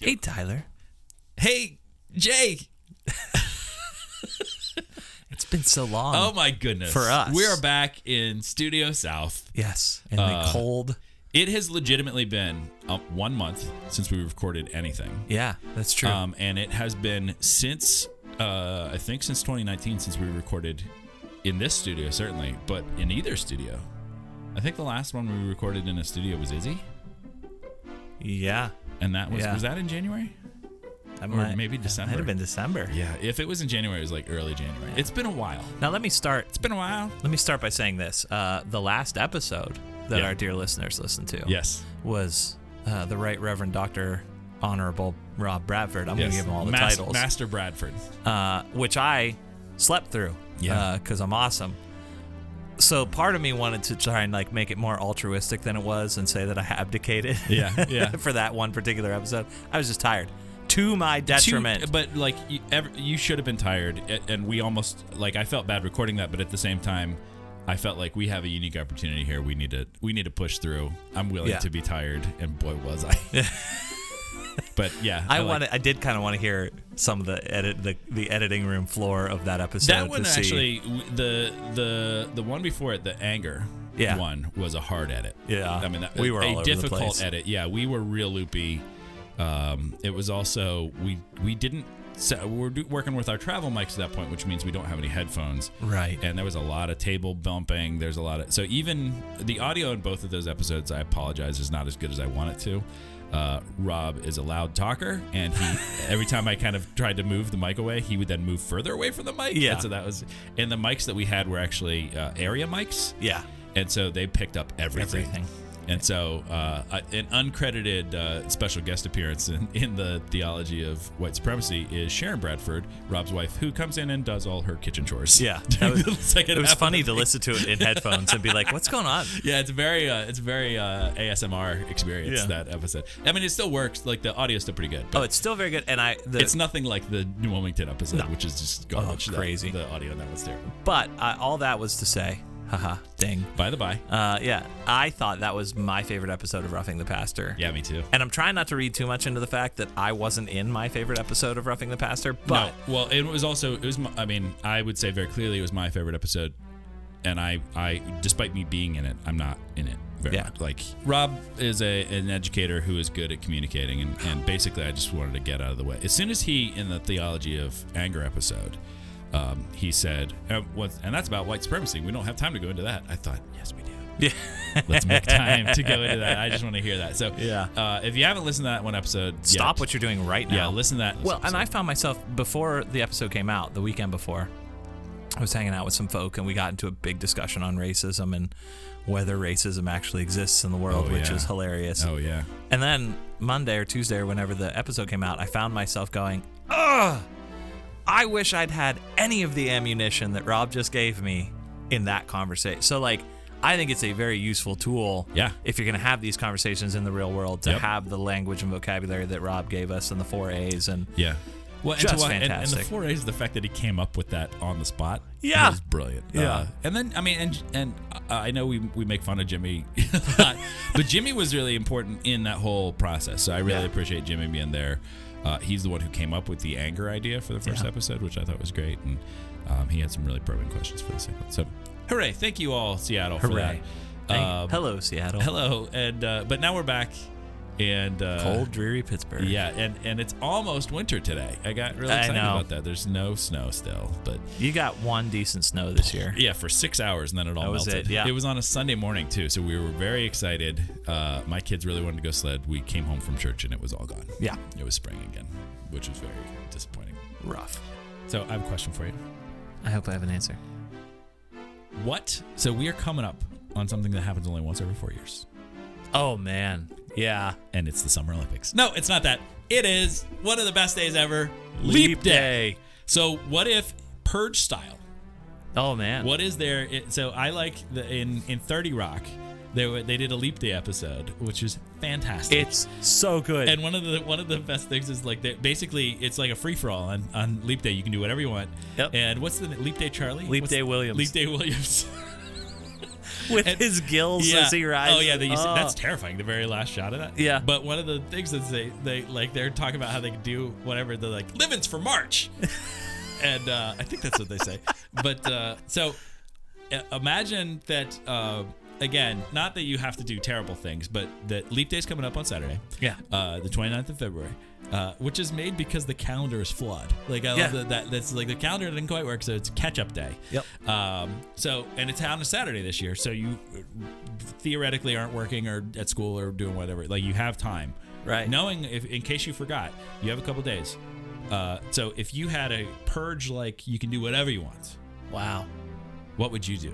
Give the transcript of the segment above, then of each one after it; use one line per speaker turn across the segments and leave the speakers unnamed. Hey, Tyler.
Hey, Jay.
It's been so long.
Oh my goodness.
For us.
We are back in Studio South.
Yes, and the
uh,
cold.
It has legitimately been uh, one month since we recorded anything.
Yeah, that's true.
Um, and it has been since, uh, I think since 2019, since we recorded in this studio, certainly, but in either studio. I think the last one we recorded in a studio was Izzy.
yeah,
And that was,
Yeah.
was that in January?
that
maybe
that
December.
Might have been December.
Yeah. If it was in January, it was like early January. It's been a while.
Now let me start.
It's been a while.
Let me start by saying this: uh, the last episode that
Yeah.
our dear listeners listened to
Yes.
was uh, the Right Reverend Doctor Honorable Rob Bradford. I'm
yes.
gonna give him all the
Mas-
titles,
Master Bradford.
uh, which I slept through.
Yeah.
because I'm awesome. So part of me wanted to try and like make it more altruistic than it was and say that I abdicated.
Yeah, yeah.
for that one particular episode, I was just tired. To my
Two-
detriment.
but like you, ev you should have been tired, a- and we almost like I felt bad recording that, but at the same time, I felt like we have a unique opportunity here. We need to we need to push through. I'm willing
Yeah.
to be tired, and boy was I. but yeah,
I
like-
want I did kind of want to hear some of the edit the, the editing room floor of that episode.
that one
to see.
actually. w- The the the one before it, the anger
Yeah.
one, was a hard edit.
Yeah.
I mean that,
We were
a
all over the
difficult
place.
edit. Yeah, we were real loopy. Um, it was also we we didn't. So we're do, working with our travel mics at that point, which means we don't have any headphones.
Right.
and there was a lot of table bumping. There's a lot of so even the audio in both of those episodes, I apologize, is not as good as I want it to. Uh, Rob is a loud talker, and he every time I kind of tried to move the mic away, he would then move further away from the mic.
Yeah.
and so that was and the mics that we had were actually uh, area mics.
Yeah.
and so they picked up everything.
Everything.
And so, uh, I- an uncredited uh, special guest appearance in, in the theology of white supremacy is Sharon Bradford, Rob's wife, who comes in and does all her kitchen chores.
Yeah. That
during
was-
the second
It was
half of
funny
the-
to listen to it in headphones and be like, "What's going on?"
Yeah, it's very uh, it's very uh, ASMR experience
Yeah.
that episode. I mean, it still works. Like the audio's still pretty good. But
Oh, it's still very good. And I the,
it's nothing like the New Wilmington episode, which is just garbage. That-
Oh, crazy.
the audio on that was terrible.
but I, all that was to say, haha, ding.
By the by,
Uh, yeah, I thought that was my favorite episode of Roughing the Pastor.
yeah, me too.
And I'm trying not to read too much into the fact that I wasn't in my favorite episode of Roughing the Pastor, but
no, well, it was also it was. My, I mean, I would say very clearly it was my favorite episode, and I, I, despite me being in it, I'm not in it. Very
Yeah.
much. Like Rob is a an educator who is good at communicating, and, and basically I just wanted to get out of the way. As soon as he in the theology of anger episode, um, he said, and, what's- and that's about white supremacy. We don't have time to go into that. I thought, yes, we do. Let's make time to go into that. I just want to hear that. So
Yeah.
uh, if you haven't listened to that one episode,
stop
yet,
what you're doing right now.
Yeah, listen to that.
Well,
episode.
and I found myself before the episode came out, the weekend before, I was hanging out with some folk and we got into a big discussion on racism and whether racism actually exists in the world,
Oh,
which
yeah.
is hilarious.
oh yeah.
And then Monday or Tuesday or whenever the episode came out, I found myself going, ugh, I wish I'd had any of the ammunition that Rob just gave me in that conversation. So, like, I think it's a very useful tool.
Yeah.
If you're going to have these conversations in the real world, to
Yep.
have the language and vocabulary that Rob gave us and the four A's and
Yeah. Well, and,
Just
to, and, and the
fantastic.
four A's is the fact that he came up with that on the spot.
Yeah.
was brilliant. Uh,
Yeah.
and then I mean, and and I I know we we make fun of Jimmy, a lot, but Jimmy was really important in that whole process. So I really
Yeah.
appreciate Jimmy being there. Uh, he's the one who came up with the anger idea for the first episode, which I thought was great, and um, he had some really probing questions for the second. So, hooray! Thank you all, Seattle,
Hooray.
for that. Um,
hello, Seattle.
hello, and uh, but now we're back, and uh,
Cold, dreary Pittsburgh.
yeah, and and it's almost winter today. I got really
I
excited
know.
about that. There's no snow still, but
You got one decent snow this year.
yeah, for six hours and then it all
That was
melted.
it, yeah.
was on a Sunday morning too, so we were very excited. Uh, my kids really wanted to go sled. We came home from church and it was all gone.
Yeah.
It was spring again, which was very disappointing.
Rough.
So I have a question for you.
I hope I have an answer.
What? So we are coming up on something that happens only once every four years,
Oh, man. Yeah.
and it's the Summer Olympics. No, it's not that. It is one of the best days ever.
Leap day.
So what if purge style?
Oh, man.
What is there? It, so I like the in in Thirty Rock. They were, they did a leap day episode, which is fantastic.
It's so good.
and one of the one of the best things is like they, basically it's like a free for all on, on leap day. You can do whatever you want.
Yep.
And what's the leap day, Charlie?
Leap
What's
Day
the-
Williams.
Leap day Williams.
with
And-
his gills as he rides.
Oh yeah, they, you see-
Oh.
that's terrifying. The very last shot of that.
Yeah.
But one of the things that they they like they're talking about how they can do whatever they're like living's for March, and uh, I think that's what they say. But uh, so i- imagine that uh, again. Not that you have to do terrible things, but that leap day's coming up on Saturday.
Yeah.
Uh, the 29th of February. Uh, which is made because the calendar is flawed. Like I
Yeah.
love that, that that's like the calendar didn't quite work, so it's catch up day.
Yep.
Um, so, and it's on a Saturday this year, so you theoretically aren't working or at school or doing whatever. Like you have time,
Right.
Knowing if in case you forgot, you have a couple days. Uh, so if you had a purge, like you can do whatever you want,
Wow.
what would you do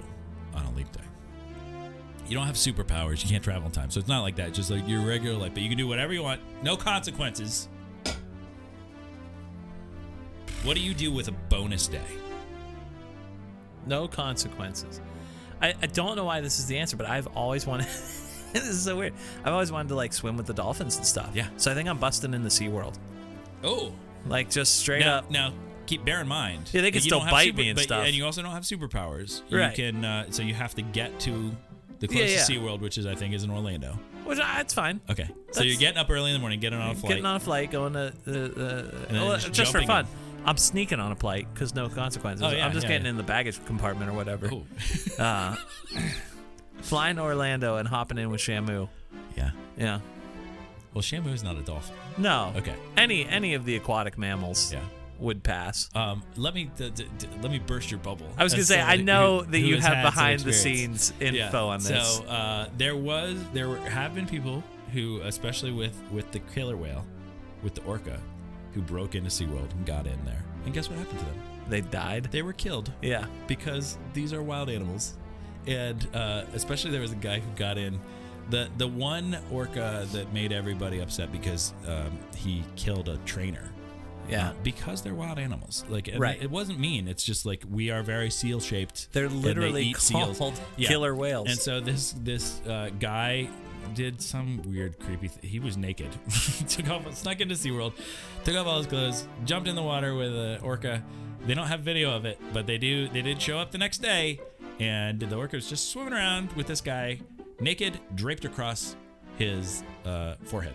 on a leap day? You don't have superpowers. You can't travel in time, so it's not like that. Just like your regular life, but you can do whatever you want, no consequences. What do you do with a bonus day?
No consequences. I, I don't know why this is the answer, but I've always wanted. this is so weird. I've always wanted to like swim with the dolphins and stuff.
Yeah.
So I think I'm busting in the Sea World,
Oh,
like just straight
now,
up.
Now, keep bear in mind.
Yeah, they can
that you
still
don't have
bite me and
but-
stuff.
And you also don't have superpowers. You
Right.
can uh, so you have to get to the
Yeah,
closest
yeah.
Sea World, which is I think is in Orlando.
Which I, it's fine.
Okay. so you're
That's-
getting up early in the morning, getting on a flight.
Getting on a flight, going to uh, uh,
then
well,
just
just, for
jumping in.
fun. I'm sneaking on a flight because no consequences.
Oh, yeah,
I'm just
yeah,
getting
yeah.
in the baggage compartment or whatever.
oh.
Uh, flying to Orlando and hopping in with Shamu.
yeah.
Yeah.
Well, Shamu is not a dolphin.
No.
Okay.
Any any of the aquatic mammals
Yeah.
would pass.
Um, let me d- d- d- let me burst your bubble.
I was gonna
as
say I
someone
know
who-
that
who
you
has
have
had some
behind the
experience.
scenes info on this.
So uh, there was there were, have been people who, especially with with the killer whale, with the orca, who broke into SeaWorld and got in there. And guess what happened to them?
they died.
They were killed
Yeah.
because these are wild animals, and uh, especially there was a guy who got in. The, the one orca that made everybody upset because um, he killed a trainer
Yeah.
uh, because they're wild animals. Like, and
Right.
It wasn't mean. It's just like we are very seal shaped.
They're literally called killer whales.
And so this this uh, guy did some weird creepy. Th- he was naked. took off, snuck into SeaWorld, took off all his clothes, jumped in the water with an orca. They don't have video of it, but they do. They did show up the next day, and the orca was just swimming around with this guy, naked, draped across his uh, forehead,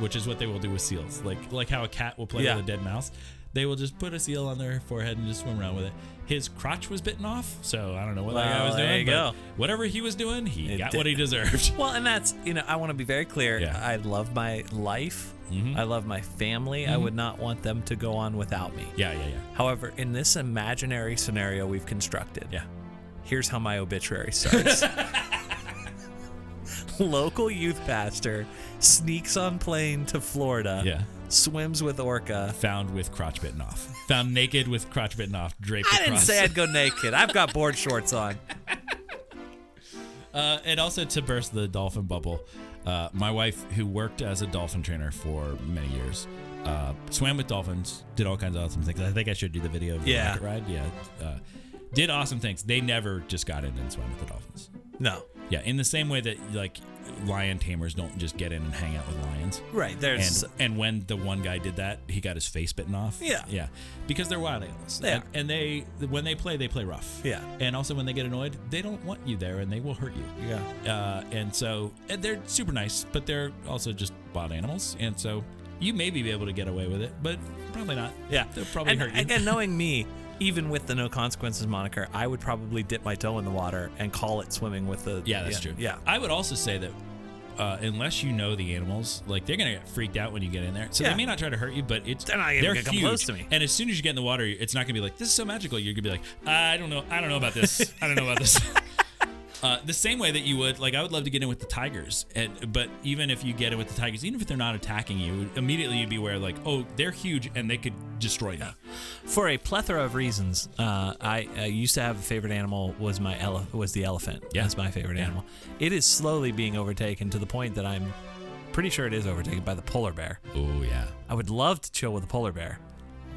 which is what they will do with seals. Like like how a cat will play
Yeah.
with a dead mouse. They will just put a seal on their forehead and just swim around with it. His crotch was bitten off, so I don't know what that guy
Well,
was doing.
there you
but
go.
Whatever he was doing, he
It
got
did.
what he deserved.
Well, and that's you know I want to be very clear.
Yeah. Mm-hmm.
I love my life. I love my family. I would not want them to go on without me.
Yeah, yeah, yeah.
However, in this imaginary scenario we've constructed,
Yeah.
here's how my obituary starts. Local youth pastor sneaks on plane to Florida,
Yeah.
swims with orca.
Found with crotch bitten off. Found naked with crotch bitten off, draped
I
across.
didn't say I'd go naked. I've got board shorts on.
Uh, and also to burst the dolphin bubble, uh, my wife, who worked as a dolphin trainer for many years, uh, swam with dolphins, did all kinds of awesome things. I think I should do the video of the
Yeah.
rocket ride. Yeah. Uh, did awesome things. They never just got in and swam with the dolphins.
No.
Yeah, in the same way that like lion tamers don't just get in and hang out with lions.
Right. There's
And, and when the one guy did that, he got his face bitten off.
Yeah.
yeah, because they're wild animals.
They
and,
are.
and they when they play, they play rough.
Yeah.
and also when they get annoyed, they don't want you there, and they will hurt you.
yeah.
Uh, and so and they're super nice, but they're also just wild animals, and so you maybe be able to get away with it, but probably not.
Yeah.
they'll probably
and
hurt you.
Again, knowing me, even with the no consequences moniker, I would probably dip my toe in the water and call it swimming with the.
Yeah, that's true.
Yeah.
I would also say that uh, unless you know the animals, like they're gonna get freaked out when you get in there. So
Yeah.
they may not try to hurt you, but it's
They're not even
they're
gonna come
huge.
close to me.
And as soon as you get in the water, it's not gonna be like this is so magical. You're gonna be like, I don't know, I don't know about this. I don't know about this. Uh, the same way that you would like, I would love to get in with the tigers, and but even if you get in with the tigers, even if they're not attacking you, immediately you'd be aware like, oh, they're huge and they could destroy me.
For a plethora of reasons, uh, I uh, used to have a favorite animal was my ele- was the elephant.
Yeah.
That's my favorite animal. It is slowly being overtaken to the point that I'm pretty sure it is overtaken by the polar bear.
Oh yeah,
I would love to chill with a polar bear.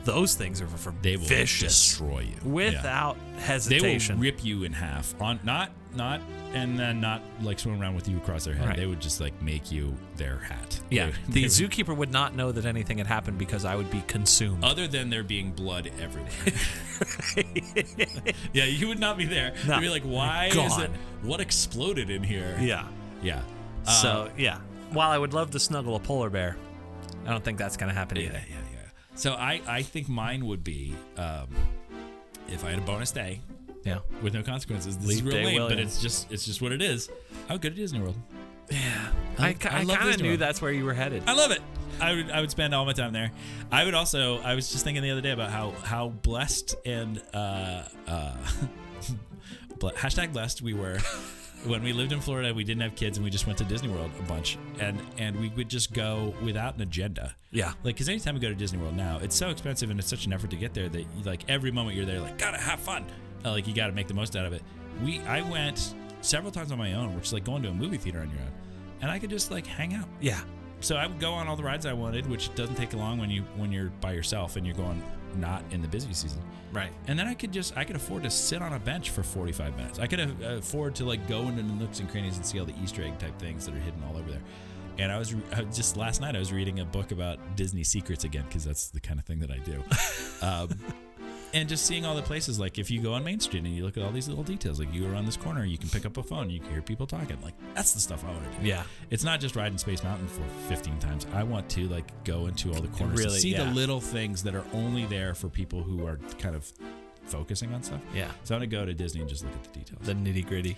Those things are for
they will
vicious
destroy you Yeah.
without
They
hesitation.
will rip you in half on not not, and then not like swim around with you across their head.
Right.
They would just like make you their hat.
Yeah,
They would-
the
they would-
zookeeper would not know that anything had happened because I would be consumed.
other than there being blood everywhere. yeah, you would not be there.
No.
You'd be like, why is
Gone.
it? What exploded in here?
yeah.
Yeah.
so
uh,
yeah, while I would love to snuggle a polar bear, I don't think that's gonna happen
Yeah,
either.
yeah, yeah. So I, I think mine would be um, if I had a bonus day
Yeah.
with no consequences. This is
Leap
real
day,
lame, but
William.
it's just it's just what it is. How good it is in Disney World.
I,
I love Uh,
kind of
Disney
knew
World.
that's where you were headed.
I love it. I would I would spend all my time there. I would also I was just thinking the other day about how how blessed and uh uh ble- hashtag blessed we were when we lived in Florida. We didn't have kids and we just went to Disney World a bunch and and we would just go without an agenda.
Yeah.
Like, because anytime we go to Disney World now, it's so expensive and it's such an effort to get there that you, like every moment you're there, like gotta have fun. Uh, like you gotta make the most out of it. We I went several times on my own, which is like going to a movie theater on your own, and I could just like hang out.
Yeah.
So I would go on all the rides I wanted, which doesn't take long when you when you're by yourself and you're going not in the busy season.
Right.
And then I could just I could afford to sit on a bench for 45 minutes. I could a- afford to like go into the nooks and crannies and see all the Easter egg type things that are hidden all over there. And I was re- I was just last night I was reading a book about Disney secrets again because that's the kind of thing that I do. Um, and just seeing all the places like if you go on Main Street and you look at all these little details like you around this corner you can pick up a phone you can hear people talking like that's the stuff I want to do.
Yeah.
It's not just riding Space Mountain for 15 times. I want to like go into all the corners
Really,
and see
yeah.
the little things that are only there for people who are kind of focusing on stuff.
Yeah.
So I'm gonna go to Disney and just look at the details.
The nitty gritty.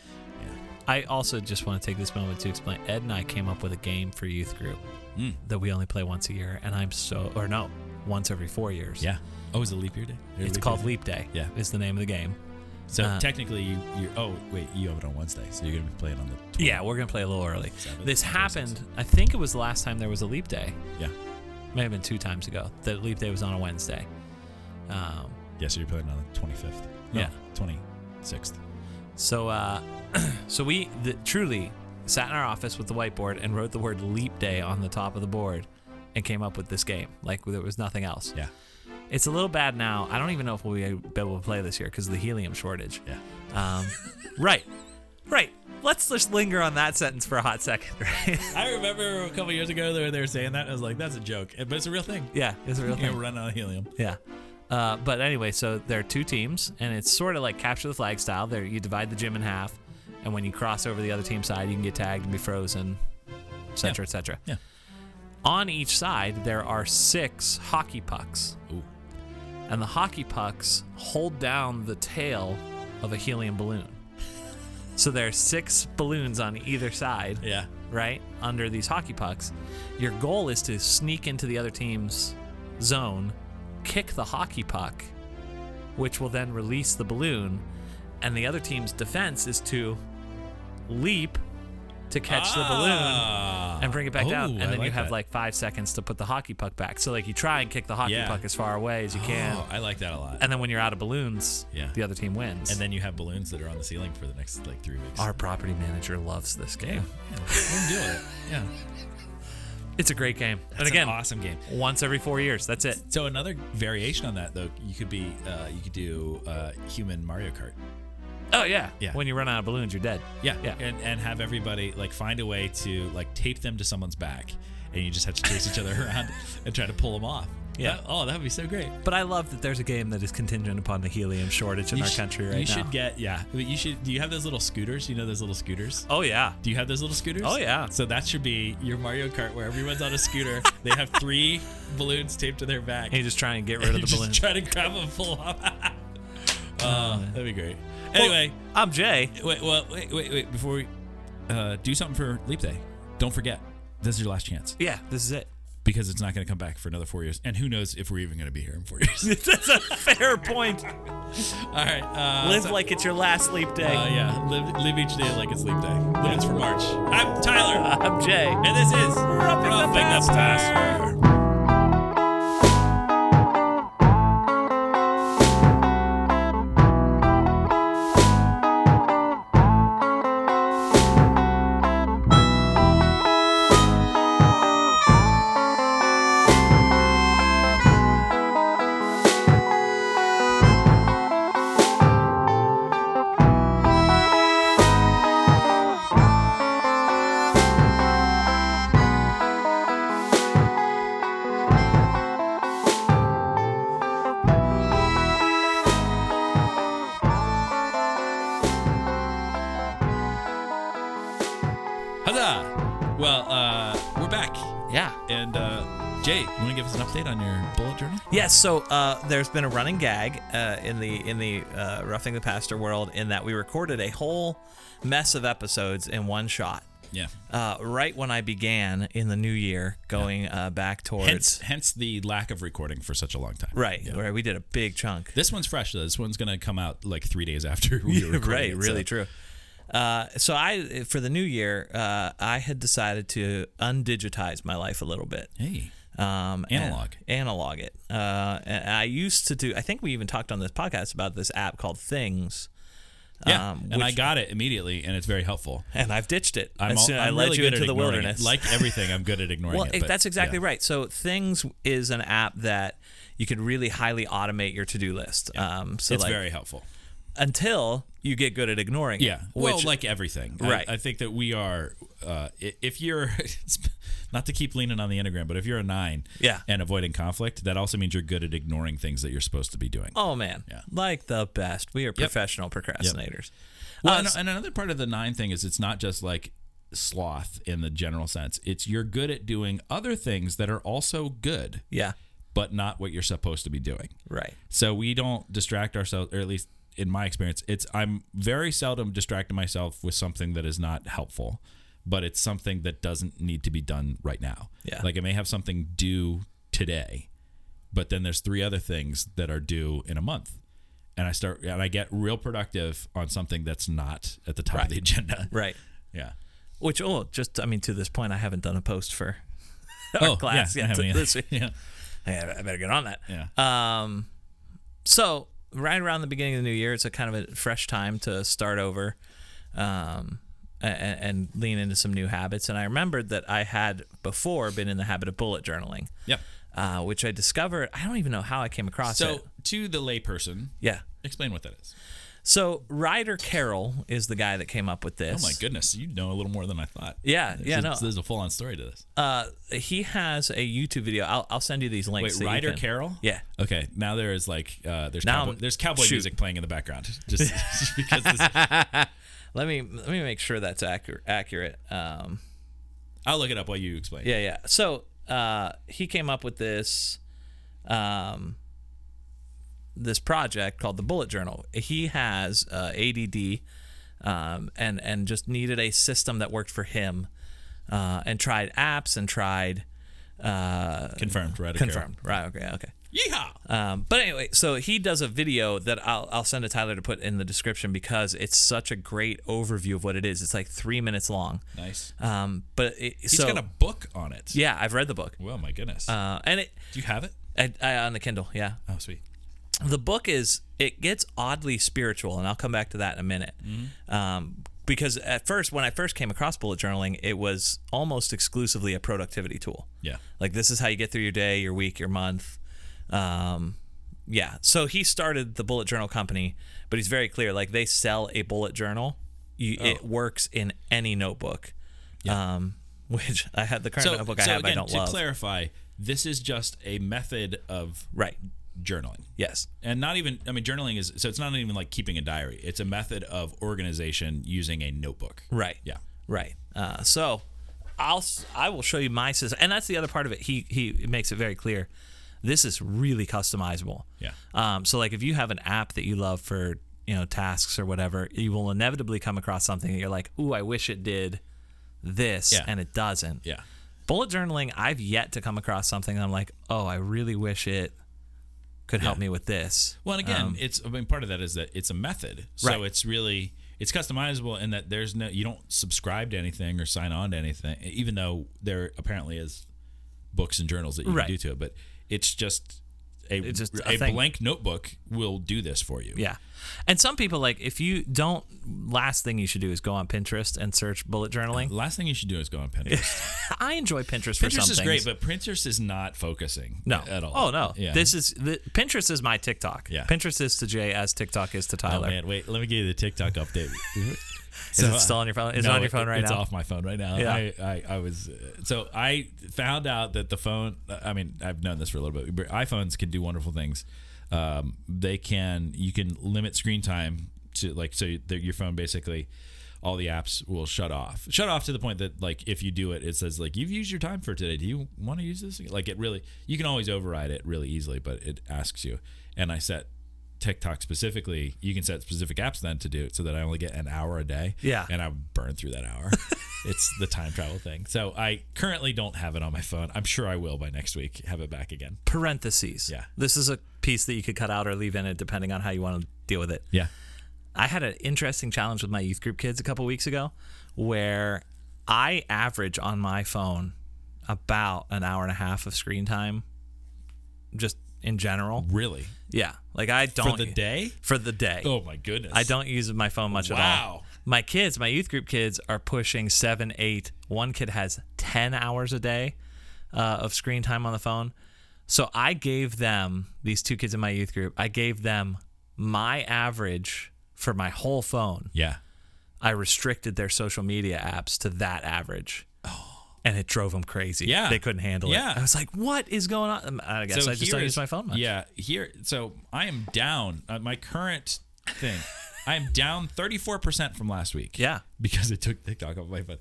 I also just want to take this moment to explain. Ed and I came up with a game for youth group
Mm.
that we only play once a year, and I'm so or no, once every four years.
yeah. Oh, is it leap year day? Or
It's
leap
called
year day?
Leap Day.
Yeah.
Is the name of the game.
So
uh,
technically, you you oh wait you have it on Wednesday, so you're gonna be playing on the 20th.
Yeah, we're gonna play a little early.
Seven,
This
six,
happened. I think it was the last time there was a leap day.
yeah
May have been two times ago. The leap day was on a Wednesday. Um,
yeah. So you're playing on the 25th. No,
Yeah.
26th.
so, uh, so we th- truly sat in our office with the whiteboard and wrote the word leap day on the top of the board, and came up with this game. Like there was nothing else.
Yeah
It's a little bad now. I don't even know if we'll be able to play this year because of the helium shortage.
yeah.
Um, right, right. Let's just linger on that sentence for a hot second. Right?
I remember a couple years ago they were, they were saying that I was like that's a joke, but it's a real thing.
yeah, it's a real
You're
thing.
gonna run out of helium.
Yeah. Uh, but anyway, so there are two teams, and it's sort of like capture the flag style. There, you divide the gym in half, and when you cross over the other team's side, you can get tagged and be frozen, et cetera, et cetera.
Yeah.
On each side, there are six hockey pucks,
Ooh.
and the hockey pucks hold down the tail of a helium balloon. So there are six balloons on either side
Yeah.
right, under these hockey pucks. Your goal is to sneak into the other team's zone, kick the hockey puck, which will then release the balloon, and the other team's defense is to leap to catch the balloon
Ah.
and bring it back down.
Ooh,
And
I
then you have
that.
like five seconds to put the hockey puck back. So like you try and kick the hockey
Yeah.
puck as far away as you can.
Oh, I like that a lot.
And then when you're out of balloons,
Yeah.
the other team wins.
And then you have balloons that are on the ceiling for the next like three weeks.
our property manager loves this game.
Damn. Yeah. I'm doing it. Yeah.
It's a great game.
That's
and again,
an awesome game.
once every four years. That's it.
So another variation on that though, you could be uh, you could do uh, human Mario Kart.
Oh yeah.
Yeah.
When you run out of balloons, you're dead.
Yeah.
Yeah.
And and have everybody like find a way to like tape them to someone's back, and you just have to chase each other around and try to pull them off.
Yeah.
That- oh, that would be so great.
But I love that there's a game that is contingent upon the helium shortage in
You
our
sh-
country right
You
now.
should get yeah. I mean, You should. Do you have those little scooters? You know those little scooters.
oh yeah.
Do you have those little scooters?
Oh, yeah.
So that should be your Mario Kart where everyone's on a scooter. they have three balloons taped to their back.
And you just try and get rid of
you
the
just
balloons. Oh,
try to grab them full off. uh, that'd be great. Anyway,
I'm Jay.
wait, well, wait, wait, wait. Before we uh, do something for Leap Day, don't forget this is your last chance
Yeah, this is it.
because it's not going to come back for another four years, and who knows if we're even going to be here in four years.
That's a fair point.
All right, uh,
Live
so-
like it's your last leap day.
uh, yeah, live, live each day like it's Leap Day. Limits for March. I'm Tyler,
I'm Jay.
and this is
Roughing the Passer.
Passer. uh, to give us an update on your bullet journal?
Yes, so uh, there's been a running gag uh, in the in the uh, roughing the pastor world in that we recorded a whole mess of episodes in one shot.
Yeah.
Uh, right when I began in the new year, going uh, back towards
Hence, hence the lack of recording for such a long time.
right, right, we did a big chunk.
This one's fresh though. This one's gonna come out like three days after we were recording.
right,
it, so-
really true. Uh, so I, for the new year, uh, I had decided to undigitize my life a little bit.
Hey,
Um, and
Analog.
analog it. Uh, and I used to do. I think we even talked on this podcast about this app called Things.
yeah,
Um,
and I
which-
got it immediately, and it's very helpful.
and I've ditched it.
I'm,
as
all,
soon,
I'm
I led
really
you
good
into
at
the
ignoring it.
wilderness.
Like everything, I'm good at ignoring
well,
it.
it-
but-
that's exactly
yeah.
right. So Things is an app that you can really highly automate your to-do list. Um, so
It's
like
very helpful.
until you get good at ignoring it.
Yeah. Well,
which-
like everything. I-
Right.
I, think that we are, uh, i- if you're, not to keep leaning on the Enneagram, but if you're a nine
Yeah.
and avoiding conflict, that also means you're good at ignoring things that you're supposed to be doing.
oh man,
Yeah.
like the best. We are professional procrastinators.
Well,
Uh,
and, and another part of the nine thing is it's not just like sloth in the general sense, it's you're good at doing other things that are also good,
yeah,
but not what you're supposed to be doing.
right.
So we don't distract ourselves, or at least in my experience, it's I'm very seldom distracting myself with something that is not helpful, but it's something that doesn't need to be done right now.
Yeah.
Like I may have something due today, but then there's three other things that are due in a month. And I start and I get real productive on something that's not at the top of the agenda.
Right.
Yeah.
Which oh, just I mean, to this point, I haven't done a post for our
Oh,
class
yeah, I
yet.
haven't
this week.
either. yeah.
I I better get on that.
Yeah.
Um, so right around the beginning of the new year, it's a kind of a fresh time to start over, um, and, and lean into some new habits. And I remembered that I had before been in the habit of bullet journaling,
Yep.
uh, which I discovered. I don't even know how I came across
So
it.
to the layperson,
Yeah.
explain what that is.
So Ryder Carroll is the guy that came up with
Oh
this.
my goodness, you know a little more than I thought.
Yeah, yeah, no.
There's a full on story to this.
Uh, he has a YouTube video. I'll, I'll send you these links.
Wait,
so you
Ryder
can-
Carroll?
Yeah.
Okay. Now there is like uh, there's
Now
cowboy,
I'm-
there's cowboy
shoot.
music playing in the background just, just because this,
Let me let me make sure that's accurate. Accurate. Um,
I'll look it up while you explain.
Yeah, yeah. So uh, he came up with this, um, this project called the Bullet Journal. He has uh, ADD, um, and and just needed a system that worked for him, uh, and tried apps and tried uh,
Confirmed. Right.
confirmed. Right. Okay. Okay.
Yeehaw.
Um, but anyway, so he does a video that I'll, I'll send to Tyler to put in the description because it's such a great overview of what it is. It's like three minutes long.
nice.
Um, but it,
He's
so
got a book on it.
yeah, I've read the book.
Well, my goodness.
Uh, and it
Do you have it?
I, I, on the Kindle, yeah.
Oh, sweet.
The book is it gets oddly spiritual, and I'll come back to that in a minute. Um, because at first, when I first came across bullet journaling, it was almost exclusively a productivity tool.
Yeah.
Like this is how you get through your day, your week, your month. Um, yeah. So he started the bullet journal company, but he's very clear. Like they sell a bullet journal. You,
Oh.
It works in any notebook. Um, which I had the current
So,
notebook I
so
have.
again,
I don't
to
love.
clarify, this is just a method of
right.
journaling.
Yes.
And not even, I mean, journaling is, so it's not even like keeping a diary. It's a method of organization using a notebook.
Right.
Yeah.
Right. Uh, so I'll s- I will show you my system, and that's the other part of it. He he makes it very clear. This is really customizable.
Yeah.
Um, so like if you have an app that you love for you know tasks or whatever, you will inevitably come across something that you're like, ooh, I wish it did this,
Yeah.
and it doesn't.
Yeah.
Bullet journaling, I've yet to come across something that I'm like, oh, I really wish it could help me with this.
Well, and again, it's I mean, part of that is that it's a method, so
Um, Right.
it's really it's customizable in that there's no you don't subscribe to anything or sign on to anything, even though there apparently is books and journals that you
Right.
can do to it, but it's just a
It's just a
a,
thing.
blank notebook will do this for you.
Yeah. And some people like if you don't last thing you should do is go on Pinterest and search bullet journaling.
Last thing you should do is go on Pinterest.
I enjoy Pinterest for
Pinterest
some
is
things.
great, but Pinterest is not focusing
no.
at all.
Oh no.
Yeah.
This is the, Pinterest is my TikTok.
Yeah.
Pinterest is to Jay as TikTok is to
Oh,
Tyler. Mhm.
man, wait, let me give you the TikTok update. is
it still on your phone? Is it on your phone right
it's
now?
off my phone right now.
Yeah.
I, I, I was uh, so I found out that the phone. I mean, I've known this for a little bit. But iPhones can do wonderful things. Um, they can you can limit screen time to like so that your phone basically all the apps will shut off. Shut off to the point that like if you do it, it says like you've used your time for today. Do you want to use this? Like it really, you can always override it really easily, but it asks you. And I set TikTok specifically. You can set specific apps then to do it so that I only get an hour a day.
Yeah.
and I burn through that hour. it's the time travel thing. So I currently don't have it on my phone. I'm sure I will by next week have it back again.
Parentheses.
Yeah.
This is a piece that you could cut out or leave in it depending on how you want to deal with it.
Yeah.
I had an interesting challenge with my youth group kids a couple weeks ago where I average on my phone about an hour and a half of screen time just in general.
Really?
Yeah. Like I don't
For the day?
for the day.
Oh my goodness.
I don't use my phone much at all.
Wow.
My kids, my youth group kids, are pushing seven, eight. One kid has 10 hours a day uh, of screen time on the phone. So I gave them, these two kids in my youth group, I gave them my average for my whole phone.
Yeah.
I restricted their social media apps to that average. And it drove them crazy.
Oh. Yeah.
They couldn't handle
Yeah.
it. I was like, what is going on? Um, I guess I just don't
here
use
is-
my phone much.
Yeah, here. So I am down. Uh, my current thing, I am down 34% from last week.
Yeah.
Because I took TikTok off my phone.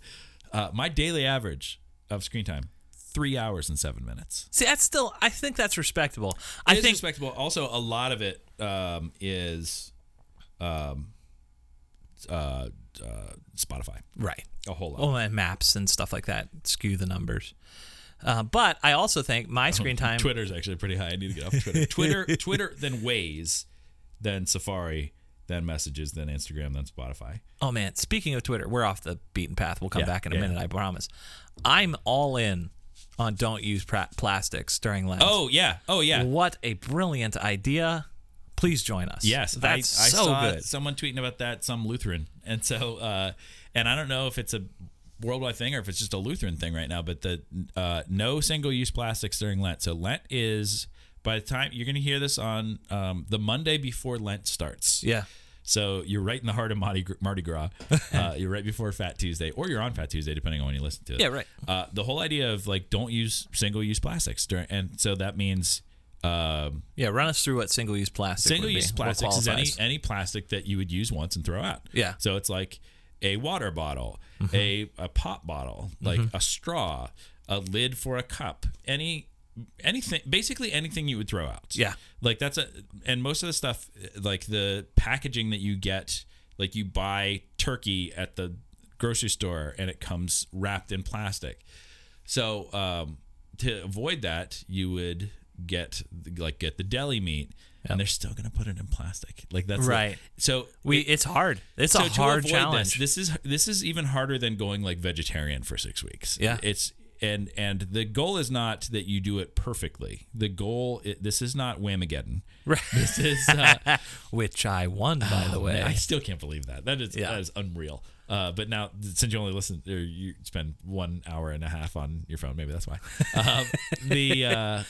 Uh, my daily average of screen time, three hours and seven minutes.
See, that's still, I think that's respectable.
It
I
is
think
respectable. Also, a lot of it um, is um, uh, uh, Spotify.
Right.
A whole lot.
Oh, and maps and stuff like that skew the numbers. Uh, but I also think my
Uh-huh.
screen time.
Twitter's actually pretty high. I need to get off Twitter. Twitter, Twitter, then Waze, then Safari, then messages, then Instagram, then Spotify.
Oh man, speaking of Twitter, we're off the beaten path. We'll come
Yeah,
back in a
yeah.
minute, I promise. I'm all in on don't use pra- plastics during Lent.
Oh yeah. Oh yeah.
what a brilliant idea! Please join us.
Yes,
that's
I, I
so
saw
good.
someone tweeting about that, some Lutheran, and so, uh, and I don't know if it's a worldwide thing or if it's just a Lutheran thing right now, but the uh, no single-use plastics during Lent. So Lent is by the time you're going to hear this on um, the Monday before Lent starts.
Yeah,
So you're right in the heart of Mardi, Gr- Mardi Gras. Uh, you're right before Fat Tuesday, or you're on Fat Tuesday, depending on when you listen to it.
Yeah, right.
Uh, the whole idea of like don't use single-use plastics during, and so that means. Um,
yeah. Run us through what single-use plastic. would
single-use
be, what
plastics is any
qualifies.
any plastic that you would use once and throw out.
Yeah. Mm-hmm.
So it's like a water bottle, a a pop bottle, like a straw, a lid for a cup, any anything basically anything you would throw out.
Yeah.
Like that's a and most of the stuff like the packaging that you get like you buy turkey at the grocery store and it comes wrapped in plastic. So um, to avoid that, you would get like get the deli meat, and they're still gonna put it in plastic. Like that's the-
Right.
so
We it's hard. It's
so
a
to
hard
avoid
challenge.
This, this is this is even harder than going like vegetarian for six weeks.
Yeah.
It's and and the goal is not that you do it perfectly. The goal i this is not Whamageddon. Right. This is uh,
which I won, by the way.
Oh, Man, I still can't believe that. That is
Yeah.
that is unreal. Uh, but now, since you only listen, or you spend one hour and a half on your phone, maybe that's why. Um, the uh,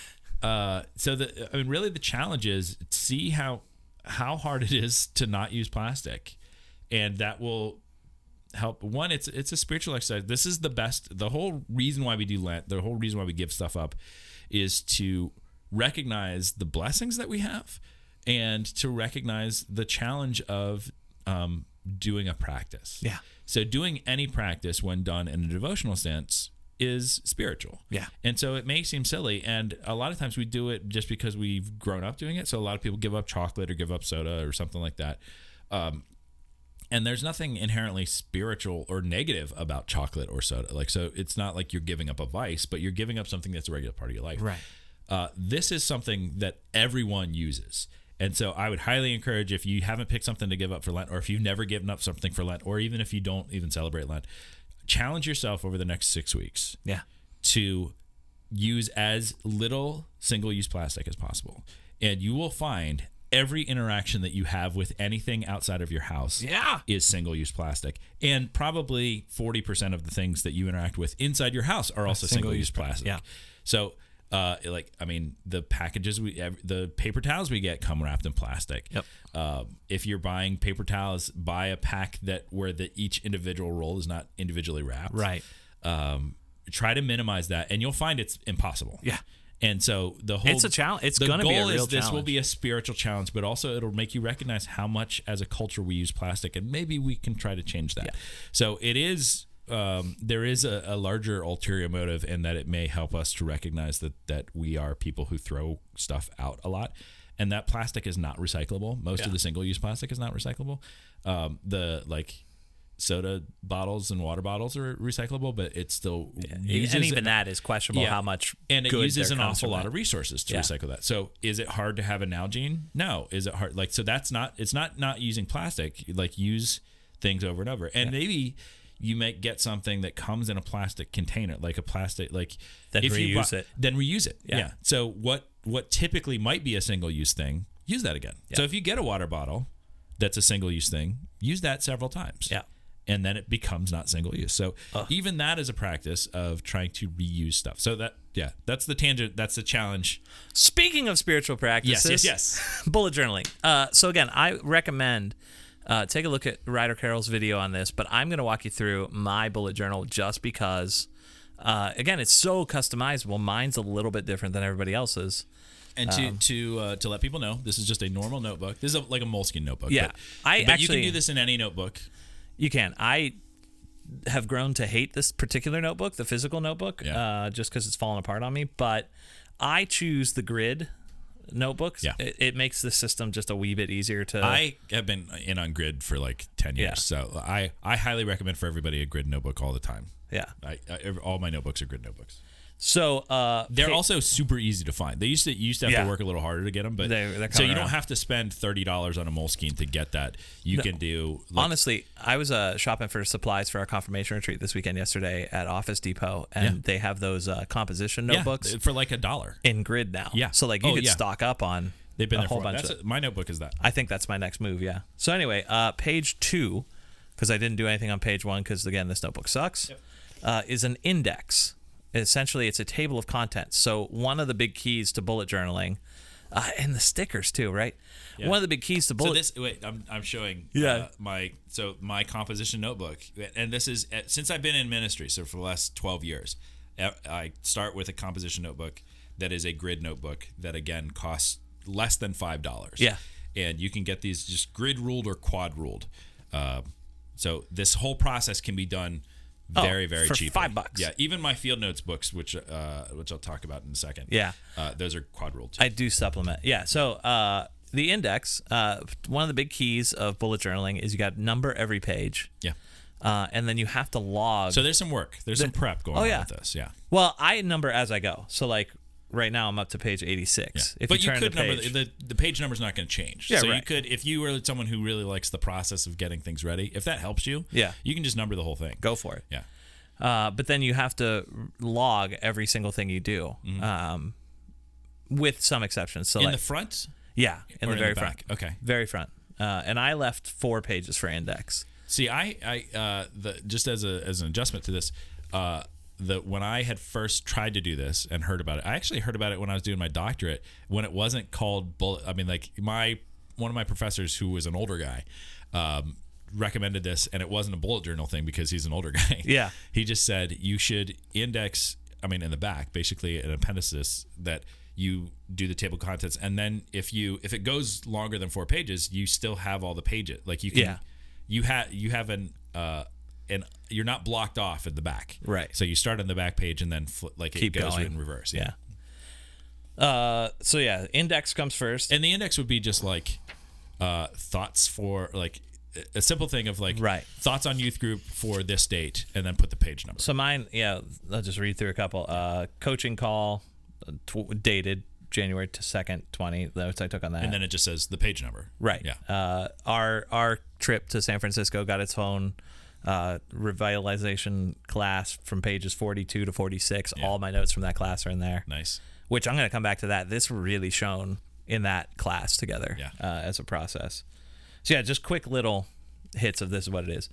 uh, so the I mean, really, the challenge is see how how hard it is to not use plastic, and that will help one it's it's a spiritual exercise this is the best the whole reason why we do lent the whole reason why we give stuff up is to recognize the blessings that we have and to recognize the challenge of um, doing a practice
Yeah.
so doing any practice when done in a devotional sense is spiritual
Yeah.
and so it may seem silly and a lot of times we do it just because we've grown up doing it so a lot of people give up chocolate or give up soda or something like that and there's nothing inherently spiritual or negative about chocolate or soda. Like, so it's not like you're giving up a vice, but you're giving up something that's a regular part of your life.
Right.
Uh, this is something that everyone uses. And so I would highly encourage if you haven't picked something to give up for Lent, or if you've never given up something for Lent, or even if you don't even celebrate Lent, challenge yourself over the next six weeks
yeah.
to use as little single use plastic as possible. And you will find every interaction that you have with anything outside of your house
Yeah.
is single use plastic. And probably 40% of the things that you interact with inside your house are also single use plastic.
yeah.
So, uh, like, I mean, the packages we, ev- the paper towels we get come wrapped in plastic.
Yep.
Um, if you're buying paper towels, buy a pack that where the each individual roll is not individually wrapped
Right.
um, try to minimize that and you'll find it's impossible
Yeah.
And so the whole
It's a challenge- it's
the
gonna be a
goal
real
is this will
challenge.
be a spiritual challenge, but also it'll make you recognize how much as a culture we use plastic, and maybe we can try to change that. So it is. Um, there is a, a larger ulterior motive in that it may help us to recognize that that we are people who throw stuff out a lot, and that plastic is not recyclable. Most of
Yeah.
the single-use plastic is not recyclable. Um, the like soda bottles and water bottles are recyclable, but it still uses
and even that is questionable
Yeah.
how much
and it
good
uses
they're
an awful lot
conserving.
of resources to
Yeah.
recycle that. So is it hard to have a Nalgene? No. Is it hard? Like so that's not it's not not using plastic. Like use things over and over. And maybe you might get something that comes in a plastic container, like a plastic like
Then
you
reuse
buy-
it.
Then reuse it. Yeah.
Yeah.
So what what typically might be a single use thing, use that again. So if you get a water bottle that's a single use thing, use that several times
Yeah.
and then it becomes not single use. So even that is a practice of trying to reuse stuff. So that yeah, that's the tangent. That's the challenge.
Speaking of spiritual practices,
yes.
bullet journaling. Uh, so again, I recommend uh, take a look at Ryder Carroll's video on this, but I'm going to walk you through my bullet journal just because, uh, again, it's so customizable. Mine's a little bit different than everybody else's.
And to to uh, to let people know, this is just a normal notebook. This is a, like a Moleskine notebook.
Yeah.
but,
I
but you
actually-
can do this in any notebook.
You can. I have grown to hate this particular notebook, the physical notebook,
Yeah.
uh, just because it's fallen apart on me. But I choose the grid notebooks.
Yeah.
It, it makes the system just a wee bit easier to.
I have been in on grid for like ten years,
Yeah.
so I I highly recommend for everybody a grid notebook all the time.
yeah.
I, I all my notebooks are grid notebooks.
So uh,
They're
pa-
also super easy to find. They used to you used to have
Yeah.
to work a little harder to get them, but
They're- they're
so
coming
you don't
around.
have to spend thirty dollars on a Moleskine to get that. You can do like,
Honestly, I was uh, shopping for supplies for our confirmation retreat this weekend yesterday at Office Depot, and
Yeah.
they have those uh, composition
yeah,
notebooks
for like a dollar.
in grid now.
Yeah.
So like you
Oh,
could
yeah.
stock up on
They've been
a
there
whole
for
bunch.
That's
of,
a- my notebook is that.
I think that's my next move. Yeah. So anyway, uh, page two, because I didn't do anything on page one, because again this notebook sucks, uh, is an index. Essentially, it's a table of contents. So one of the big keys to bullet journaling, uh, and the stickers too, right? One of the big keys to bullet.
So this wait, I'm, I'm showing uh,
Yeah.
my so my composition notebook, and this is uh, since I've been in ministry, so for the last twelve years, uh, I start with a composition notebook that is a grid notebook that again costs less than five dollars.
Yeah.
and you can get these just grid ruled or quad ruled. Uh, so this whole process can be done very very
Oh, for
cheap
five bucks.
yeah even my field notes books which uh which i'll talk about in a second
Yeah.
uh, those are quad ruled too.
I do supplement. Yeah. So uh, the index, uh, one of the big keys of bullet journaling is you got to number every page,
yeah
uh, and then you have to log.
so there's some work there's some prep going
Oh,
on
yeah.
with this yeah
well, I number as I go. So like right now, I'm up to page 86. If
but you,
turn
could
the
number
page-
the, the page number's not going to change.
Yeah,
so you
right.
could if you were someone who really likes the process of getting things ready, if that helps you,
Yeah.
you can just number the whole thing.
go for it.
Yeah.
Uh, but then you have to log every single thing you do, um, with some exceptions. So
Mm-hmm. In
like,
the front?
yeah, in the
or in the
very
back?
front.
Okay.
Very front. Uh, and I left four pages for index.
See, I I uh the just as a as an adjustment to this, uh the when I had first tried to do this and heard about it, I actually heard about it when I was doing my doctorate when it wasn't called bullet I mean like my one of my professors who was an older guy, um recommended this and it wasn't a bullet journal thing because he's an older guy.
Yeah.
He just said you should index, I mean, in the back, basically an appendices that you do the table of contents, and then if you if it goes longer than four pages, you still have all the pages. Like you can,
Yeah.
you have you have an uh an you're not blocked off at the back,
Right.
So you start on the back page and then fl- like
Keep
it goes
going.
in reverse,
Yeah. Uh, so yeah, index comes first.
And the index would be just like uh thoughts for like a simple thing of like
Right.
thoughts on youth group for this date, and then put the page number.
So mine, yeah, I'll just read through a couple. Uh, coaching call, uh, tw- dated January to second, twenty. Notes I took on that.
and then it just says the page number.
right.
Yeah.
Uh, our our trip to San Francisco got its own uh, revitalization class from pages forty two to forty six. All my notes from that class are in there.
Nice.
Which I'm going to come back to that. This really shone in that class together
Yeah.
uh, as a process. So yeah, just quick little hits of this is what it is.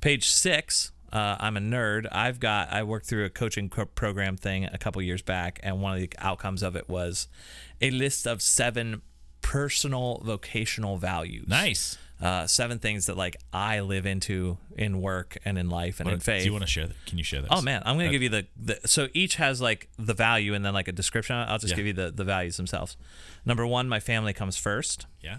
Page six. Uh, I'm a nerd. I've got I worked through a coaching co- program thing a couple years back, and one of the outcomes of it was a list of seven personal vocational values.
Nice.
uh, seven things that like I live into in work and in life and in faith.
Do you want to share? That? Can you share that?
Oh man, I'm gonna give you the, the so each has like the value and then like a description. I'll just
Yeah.
give you the the values themselves. Number one, my family comes first.
Yeah.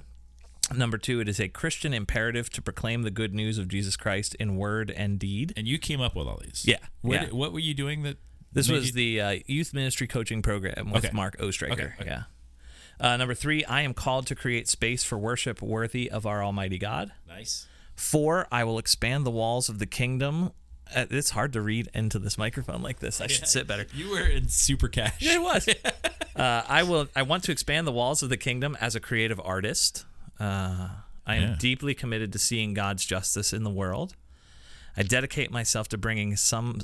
Number two, it is a Christian imperative to proclaim the good news of Jesus Christ in word and deed.
And you came up with all these.
Yeah,
What,
yeah.
what were you doing that?
This
made
was
you-
the uh, youth ministry coaching program with
Okay.
Mark Ostraker.
Okay, okay.
Yeah. Uh, number three, I am called to create space for worship worthy of our Almighty God.
nice.
Four, I will expand the walls of the kingdom. Uh, it's hard to read into this microphone like this. I should sit better.
You were in super cash.
Yeah, it was. uh, I will. I want to expand the walls of the kingdom as a creative artist. Uh, I am
Yeah.
deeply committed to seeing God's justice in the world. I dedicate myself to bringing some.